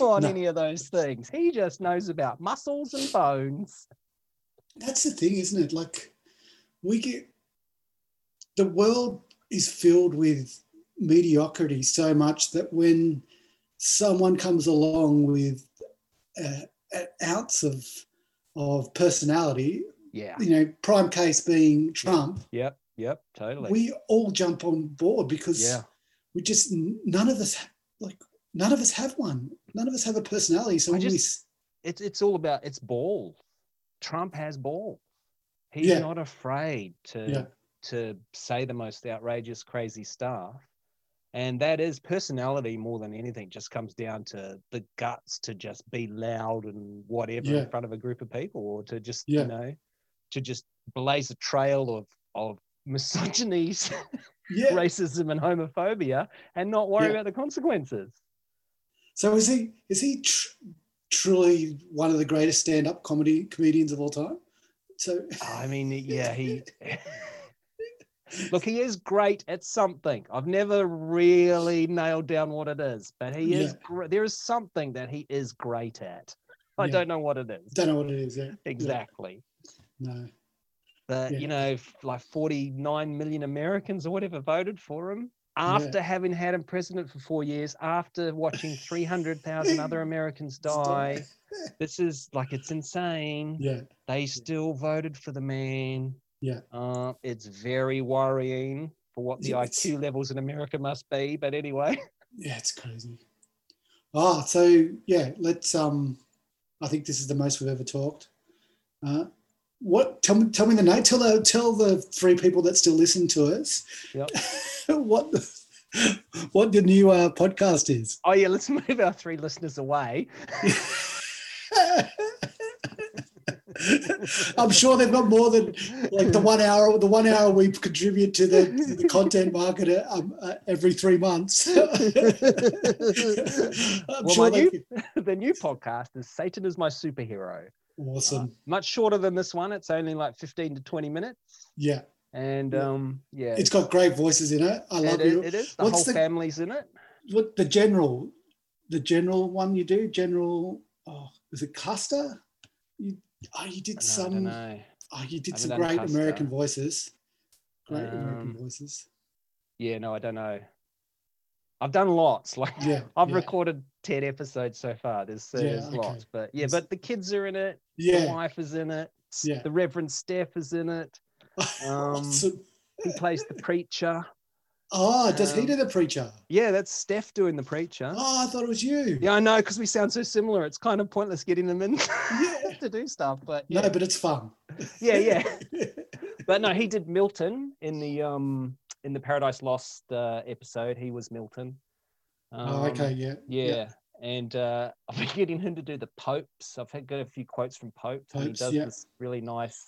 [SPEAKER 2] on
[SPEAKER 3] No.
[SPEAKER 2] any of those things. He just knows about muscles and bones.
[SPEAKER 3] that's the thing, isn't it? Like, we get the world is filled with mediocrity so much that when someone comes along with uh, an ounce of of personality,
[SPEAKER 2] Yeah.
[SPEAKER 3] you know, prime case being Trump,
[SPEAKER 2] Yep. Yep. Totally.
[SPEAKER 3] we all jump on board because
[SPEAKER 2] yeah.
[SPEAKER 3] we just n- none of us ha- like none of us have one. None of us have a personality. So
[SPEAKER 2] I
[SPEAKER 3] when we
[SPEAKER 2] just-
[SPEAKER 3] s-
[SPEAKER 2] It's it's all about it's ball. Trump has ball. He's
[SPEAKER 3] Yeah.
[SPEAKER 2] not afraid to
[SPEAKER 3] Yeah.
[SPEAKER 2] to say the most outrageous, crazy stuff. And that is personality more than anything, just comes down to the guts to just be loud and whatever
[SPEAKER 3] Yeah.
[SPEAKER 2] in front of a group of people, or to just,
[SPEAKER 3] Yeah.
[SPEAKER 2] you know, to just blaze a trail of, of misogynies,
[SPEAKER 3] yeah.
[SPEAKER 2] racism, and homophobia and not worry
[SPEAKER 3] Yeah.
[SPEAKER 2] about the consequences.
[SPEAKER 3] So is he is he tr- truly one of the greatest stand up comedy comedians of all time? So
[SPEAKER 2] I mean, yeah, he. Look, he is great at something. I've never really nailed down what it is, but he is. Gr- there is something that he is great at. I
[SPEAKER 3] Yeah.
[SPEAKER 2] don't know what it is
[SPEAKER 3] don't know what it is. Yeah.
[SPEAKER 2] exactly,
[SPEAKER 3] No.
[SPEAKER 2] but
[SPEAKER 3] Yeah.
[SPEAKER 2] you know, f- like forty-nine million Americans or whatever voted for him after having had him president for four years, after watching three hundred thousand other Americans
[SPEAKER 3] Stop.
[SPEAKER 2] die. This is like it's insane
[SPEAKER 3] Yeah.
[SPEAKER 2] they still voted for the man.
[SPEAKER 3] Yeah.
[SPEAKER 2] Uh, it's very worrying for what the
[SPEAKER 3] Yeah, it's-
[SPEAKER 2] IQ levels in America must be. But anyway,
[SPEAKER 3] Yeah. It's crazy. Ah. So yeah. Let's. Um. I think this is the most we've ever talked. Uh, what? Tell me. Tell me the name. Tell the. Tell the three people that still listen to us.
[SPEAKER 2] Yep.
[SPEAKER 3] what. The, what the new uh, podcast is.
[SPEAKER 2] oh yeah, let's move our three listeners away.
[SPEAKER 3] I'm sure they've got more than like the one hour. The one hour we contribute to the, to the content market uh, um, uh, every three months. I'm
[SPEAKER 2] Well,
[SPEAKER 3] sure
[SPEAKER 2] mind
[SPEAKER 3] they
[SPEAKER 2] you-
[SPEAKER 3] could-
[SPEAKER 2] the new podcast is Satan is my superhero.
[SPEAKER 3] Awesome.
[SPEAKER 2] Much shorter than this one. It's only like fifteen to twenty minutes.
[SPEAKER 3] yeah,
[SPEAKER 2] And
[SPEAKER 3] Yeah.
[SPEAKER 2] um, yeah,
[SPEAKER 3] it's got great voices in it. I
[SPEAKER 2] it,
[SPEAKER 3] love
[SPEAKER 2] it-
[SPEAKER 3] you.
[SPEAKER 2] it is. The
[SPEAKER 3] What's
[SPEAKER 2] whole
[SPEAKER 3] the-
[SPEAKER 2] family's in it.
[SPEAKER 3] What the general, the general one you do? General, oh, was it Custer? You, oh, you did
[SPEAKER 2] I don't
[SPEAKER 3] some.
[SPEAKER 2] know.
[SPEAKER 3] Oh, you did
[SPEAKER 2] Haven't
[SPEAKER 3] some
[SPEAKER 2] done
[SPEAKER 3] great
[SPEAKER 2] Custer.
[SPEAKER 3] American voices. Great American
[SPEAKER 2] Um,
[SPEAKER 3] voices.
[SPEAKER 2] Yeah, no, I don't know. I've done lots. Like
[SPEAKER 3] Yeah,
[SPEAKER 2] I've
[SPEAKER 3] yeah.
[SPEAKER 2] recorded 10 episodes so far. There's, so
[SPEAKER 3] Yeah,
[SPEAKER 2] there's
[SPEAKER 3] okay.
[SPEAKER 2] lots, but yeah,
[SPEAKER 3] Yes.
[SPEAKER 2] but the kids are in it. The
[SPEAKER 3] Yeah.
[SPEAKER 2] wife is in it. s-
[SPEAKER 3] Yeah.
[SPEAKER 2] The Reverend Steph is in it. Um,
[SPEAKER 3] Awesome.
[SPEAKER 2] He plays the preacher.
[SPEAKER 3] Oh, does he
[SPEAKER 2] um,
[SPEAKER 3] do the preacher?
[SPEAKER 2] Yeah, that's Steph doing the preacher.
[SPEAKER 3] Oh, I thought it was you.
[SPEAKER 2] Yeah, I know, because we sound so similar. It's kind of pointless getting them in
[SPEAKER 3] Yeah.
[SPEAKER 2] to do stuff. But yeah,
[SPEAKER 3] No, but it's fun.
[SPEAKER 2] yeah, yeah. But no, he did Milton in the um in the Paradise Lost uh, episode. He was Milton.
[SPEAKER 3] oh,
[SPEAKER 2] Um,
[SPEAKER 3] okay, yeah.
[SPEAKER 2] Yeah. And uh, I've been getting him to do the popes. I've had got a few quotes from Pope. and he
[SPEAKER 3] Popes,
[SPEAKER 2] does
[SPEAKER 3] yeah.
[SPEAKER 2] this really nice.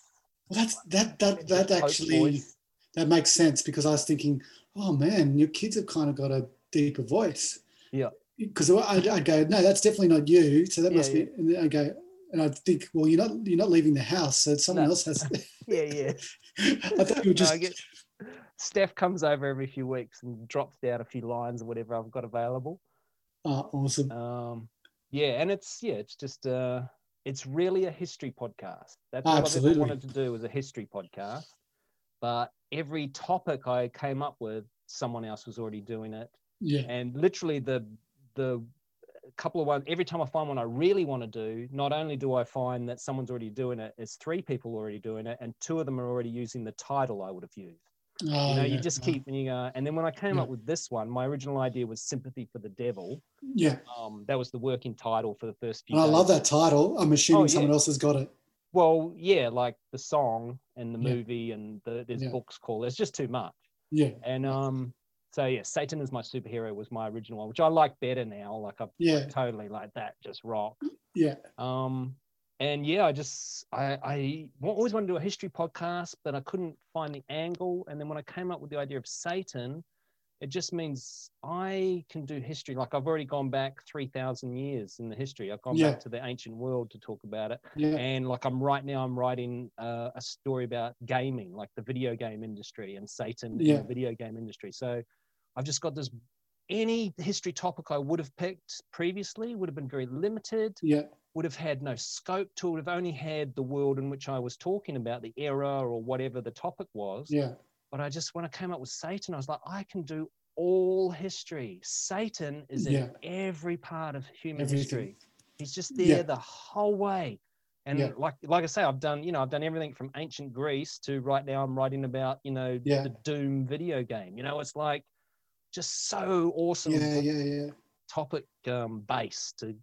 [SPEAKER 3] Well, that's that that that
[SPEAKER 2] Pope
[SPEAKER 3] actually
[SPEAKER 2] voice.
[SPEAKER 3] that makes sense because I was thinking, oh man, your kids have kind of got a deeper voice.
[SPEAKER 2] Yeah.
[SPEAKER 3] Because I'd, I'd go, no, that's definitely not you. So that
[SPEAKER 2] Yeah,
[SPEAKER 3] must
[SPEAKER 2] yeah.
[SPEAKER 3] be. And then I go, and I think, well, you're not you're not leaving the house, so someone
[SPEAKER 2] No.
[SPEAKER 3] else has.
[SPEAKER 2] Yeah, yeah.
[SPEAKER 3] I thought you were
[SPEAKER 2] No,
[SPEAKER 3] just.
[SPEAKER 2] I get, Steph comes over every few weeks and drops down a few lines or whatever I've got available.
[SPEAKER 3] oh, awesome.
[SPEAKER 2] Um, yeah, and it's yeah, it's just uh, it's really a history podcast. That's all
[SPEAKER 3] Absolutely.
[SPEAKER 2] I've ever wanted to do was a history podcast. But every topic I came up with, someone else was already doing it.
[SPEAKER 3] yeah.
[SPEAKER 2] and literally the the couple of ones every time i find one i really want to do not only do i find that someone's already doing it it's three people already doing it and two of them are already using the title i would have used
[SPEAKER 3] Oh,
[SPEAKER 2] you know
[SPEAKER 3] yeah,
[SPEAKER 2] you just
[SPEAKER 3] oh,
[SPEAKER 2] keep and you go and then when i came
[SPEAKER 3] Yeah.
[SPEAKER 2] up with this one my original idea was sympathy for the devil
[SPEAKER 3] Yeah,
[SPEAKER 2] um, that was the working title for the first few
[SPEAKER 3] and I love
[SPEAKER 2] days.
[SPEAKER 3] that title. I'm assuming
[SPEAKER 2] Oh, yeah.
[SPEAKER 3] someone else has got it.
[SPEAKER 4] Well, yeah, like the song and the
[SPEAKER 3] Yeah.
[SPEAKER 4] movie and the, there's
[SPEAKER 3] Yeah.
[SPEAKER 4] books called. It's just too much.
[SPEAKER 3] Yeah.
[SPEAKER 4] And um, so yeah, Satan is my superhero was my original one, which I like better now. Like I
[SPEAKER 3] Yeah.
[SPEAKER 4] totally like that, just rock.
[SPEAKER 3] Yeah.
[SPEAKER 4] Um, and yeah, I just I I wa- always wanted to do a history podcast, but I couldn't find the angle. And then when I came up with the idea of Satan, it just means I can do history. Like I've already gone back three thousand years in the history. I've gone
[SPEAKER 3] Yeah.
[SPEAKER 4] back to the ancient world to talk about it.
[SPEAKER 3] Yeah.
[SPEAKER 4] And like I'm right now, I'm writing uh, a story about gaming, like the video game industry and Satan in
[SPEAKER 3] Yeah.
[SPEAKER 4] the video game industry. So I've just got this. Any history topic I would have picked previously would have been very limited
[SPEAKER 3] Yeah.
[SPEAKER 4] would have had no scope to it, would have only had the world in which I was talking about, the era or whatever the topic was.
[SPEAKER 3] Yeah.
[SPEAKER 4] But I just, when I came up with Satan, I was like, I can do all history. Satan is in
[SPEAKER 3] Yeah.
[SPEAKER 4] every part of human
[SPEAKER 3] Everything.
[SPEAKER 4] history. He's just there
[SPEAKER 3] Yeah.
[SPEAKER 4] the whole way. And
[SPEAKER 3] Yeah.
[SPEAKER 4] like, like I say, I've done, you know, I've done everything from ancient Greece to right now I'm writing about, you know,
[SPEAKER 3] Yeah.
[SPEAKER 4] the Doom video game. You know, it's like just so awesome
[SPEAKER 3] Yeah. Yeah. Yeah.
[SPEAKER 4] topic um, base to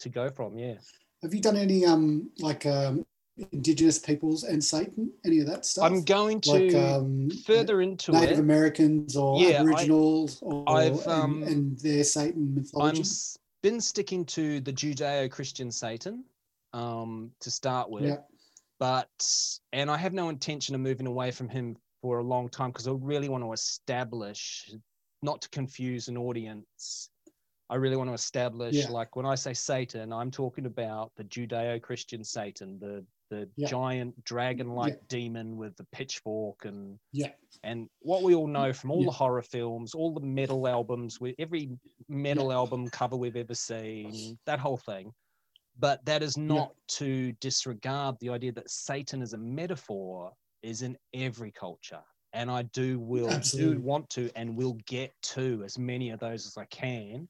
[SPEAKER 4] to go from. Yeah.
[SPEAKER 3] Have you done any um like um indigenous peoples and Satan? Any of that stuff?
[SPEAKER 4] I'm going to
[SPEAKER 3] like um
[SPEAKER 4] further into
[SPEAKER 3] Native
[SPEAKER 4] it.
[SPEAKER 3] Americans or
[SPEAKER 4] Yeah, I-
[SPEAKER 3] Aboriginals or
[SPEAKER 4] I've,
[SPEAKER 3] and-
[SPEAKER 4] um,
[SPEAKER 3] and, their Satan
[SPEAKER 4] I'm
[SPEAKER 3] mythology.
[SPEAKER 4] s- been sticking to the Judeo-Christian Satan um, to start with,
[SPEAKER 3] Yeah.
[SPEAKER 4] but and I have no intention of moving away from him for a long time because I really want to establish, not to confuse an audience. I really want to establish,
[SPEAKER 3] Yeah.
[SPEAKER 4] like when I say Satan, I'm talking about the Judeo-Christian Satan, the the
[SPEAKER 3] Yeah.
[SPEAKER 4] giant dragon-like demon with the pitchfork and
[SPEAKER 3] Yeah.
[SPEAKER 4] and what we all know from all
[SPEAKER 3] Yeah.
[SPEAKER 4] the horror films, all the metal albums, we, every metal album cover we've ever seen, that whole thing. But that is not to disregard the idea that Satan as a metaphor is in every culture. And I do will
[SPEAKER 3] Absolutely.
[SPEAKER 4] do want to and will get to as many of those as I can.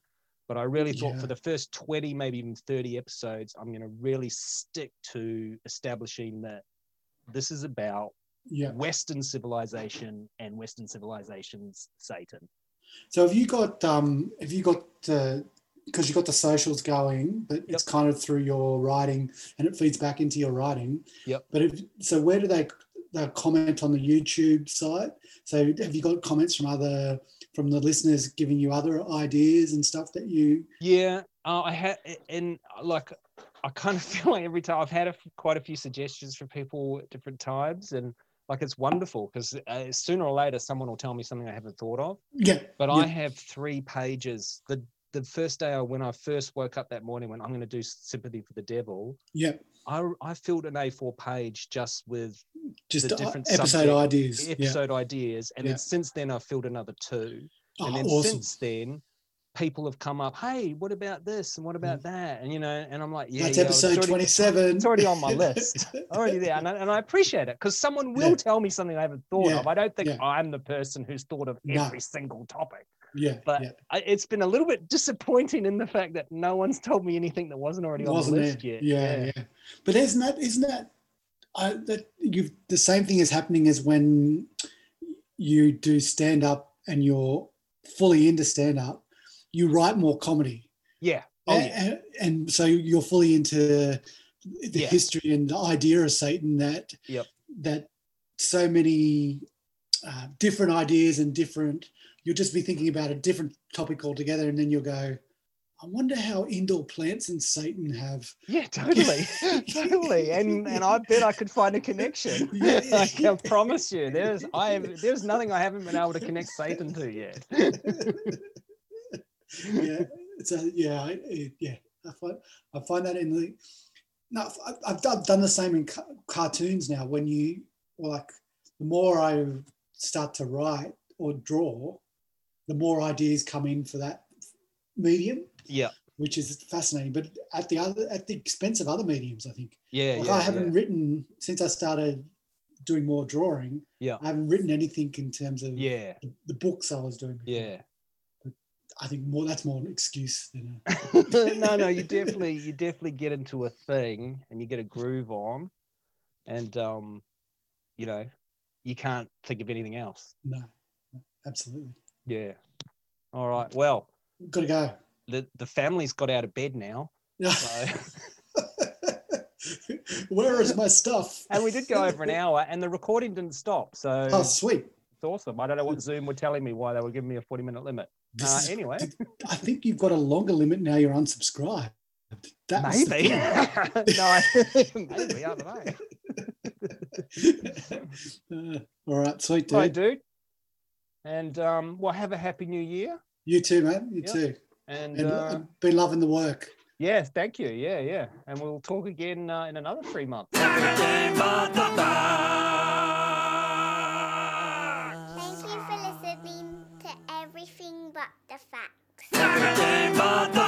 [SPEAKER 4] But I really thought
[SPEAKER 3] Yeah.
[SPEAKER 4] for the first 20, maybe even 30 episodes, I'm going to really stick to establishing that this is about
[SPEAKER 3] yeah.
[SPEAKER 4] Western civilization and Western civilization's Satan.
[SPEAKER 3] So have you got um have you got because you got the socials going, but it's kind of through your writing and it feeds back into your writing.
[SPEAKER 4] Yep.
[SPEAKER 3] But if, so where do they they comment on the YouTube site? So have you got comments from other from the listeners giving you other ideas and stuff that you
[SPEAKER 4] Yeah, uh, I had, and uh, like, I kind of feel like every time I've had a f quite a few suggestions from people at different times, and like it's wonderful because uh, sooner or later someone will tell me something I haven't thought of.
[SPEAKER 3] Yeah.
[SPEAKER 4] But
[SPEAKER 3] yeah,
[SPEAKER 4] I have three pages. The the first day I, when I first woke up that morning, when I'm going to do sympathy for the devil,
[SPEAKER 3] yeah,
[SPEAKER 4] I I filled an A4 page just with
[SPEAKER 3] just
[SPEAKER 4] the
[SPEAKER 3] uh,
[SPEAKER 4] different
[SPEAKER 3] episode
[SPEAKER 4] subject-
[SPEAKER 3] ideas. yeah.
[SPEAKER 4] episode ideas, and
[SPEAKER 3] Yeah.
[SPEAKER 4] then since then I've filled another two.
[SPEAKER 3] Oh,
[SPEAKER 4] and then
[SPEAKER 3] awesome.
[SPEAKER 4] since then people have come up hey what about this and what about that and you know and i'm like
[SPEAKER 3] Mm.
[SPEAKER 4] yeah,
[SPEAKER 3] That's
[SPEAKER 4] yeah,
[SPEAKER 3] episode
[SPEAKER 4] it's, already,
[SPEAKER 3] 27.
[SPEAKER 4] it's already on my list already there and I, and I appreciate it because someone will
[SPEAKER 3] Yeah.
[SPEAKER 4] tell me something i haven't thought
[SPEAKER 3] Yeah,
[SPEAKER 4] of i don't think
[SPEAKER 3] yeah.
[SPEAKER 4] i'm the person who's thought of
[SPEAKER 3] No.
[SPEAKER 4] every single topic
[SPEAKER 3] yeah.
[SPEAKER 4] But
[SPEAKER 3] yeah.
[SPEAKER 4] I, it's been a little bit disappointing in the fact that no one's told me anything that wasn't already
[SPEAKER 3] wasn't
[SPEAKER 4] on the list
[SPEAKER 3] there.
[SPEAKER 4] yet
[SPEAKER 3] Yeah, yeah. But isn't that isn't that I that you've the same thing is happening as when you do stand up and you're fully into stand up, you write more comedy.
[SPEAKER 4] yeah oh yeah
[SPEAKER 3] and, and so you're fully into the
[SPEAKER 4] Yeah.
[SPEAKER 3] history and the idea of Satan that
[SPEAKER 4] Yep.
[SPEAKER 3] that so many uh, different ideas and different you'll just be thinking about a different topic altogether, and then you'll go, I wonder how indoor plants and Satan have.
[SPEAKER 4] Yeah, totally, totally, and and I bet I could find a connection. I can promise you, there's I have, there's nothing I haven't been able to connect Satan to yet.
[SPEAKER 3] yeah, so yeah, I, I- yeah. I find I find that in the no, I- I've done, done the same in ca- cartoons now. When you well, like the more I start to write or draw, the more ideas come in for that medium,
[SPEAKER 4] Yeah,
[SPEAKER 3] which is fascinating. But at the other at the expense of other mediums, I think.
[SPEAKER 4] yeah,
[SPEAKER 3] Like
[SPEAKER 4] yeah,
[SPEAKER 3] I haven't written since I started doing more drawing.
[SPEAKER 4] Yeah.
[SPEAKER 3] I haven't written anything in terms of
[SPEAKER 4] yeah,
[SPEAKER 3] the, the books I was doing. before.
[SPEAKER 4] yeah.
[SPEAKER 3] I think more that's more an excuse than a,
[SPEAKER 4] yeah. no, no, you definitely you definitely get into a thing and you get a groove on, and um, you know, you can't think of anything else.
[SPEAKER 3] no. Absolutely,
[SPEAKER 4] Yeah. All right. Well,
[SPEAKER 3] got to go.
[SPEAKER 4] the the family's got out of bed now,
[SPEAKER 3] Yeah.
[SPEAKER 4] so
[SPEAKER 3] Where is my stuff?
[SPEAKER 2] And we did go over an hour, and the recording didn't stop. So
[SPEAKER 3] Oh, sweet.
[SPEAKER 2] it's awesome. I don't know what Zoom were telling me why they were giving me a 40 minute limit.
[SPEAKER 3] This
[SPEAKER 2] Uh,
[SPEAKER 3] is-
[SPEAKER 2] anyway,
[SPEAKER 3] I think you've got a longer limit now. You're unsubscribed. That was the
[SPEAKER 2] maybe. no, I, maybe. I don't know.
[SPEAKER 3] plan. Uh, all right, sweet
[SPEAKER 2] All right,
[SPEAKER 3] dude.
[SPEAKER 2] dude. And um, well, have a happy new year.
[SPEAKER 3] You too, man. You
[SPEAKER 2] Yeah.
[SPEAKER 3] too.
[SPEAKER 2] And,
[SPEAKER 3] And
[SPEAKER 2] uh,
[SPEAKER 3] uh, be loving the work.
[SPEAKER 2] yes, thank you. Yeah, yeah. And we'll talk again uh, in another three months.
[SPEAKER 4] Thank you for listening to everything but the facts.
[SPEAKER 1] Everything but the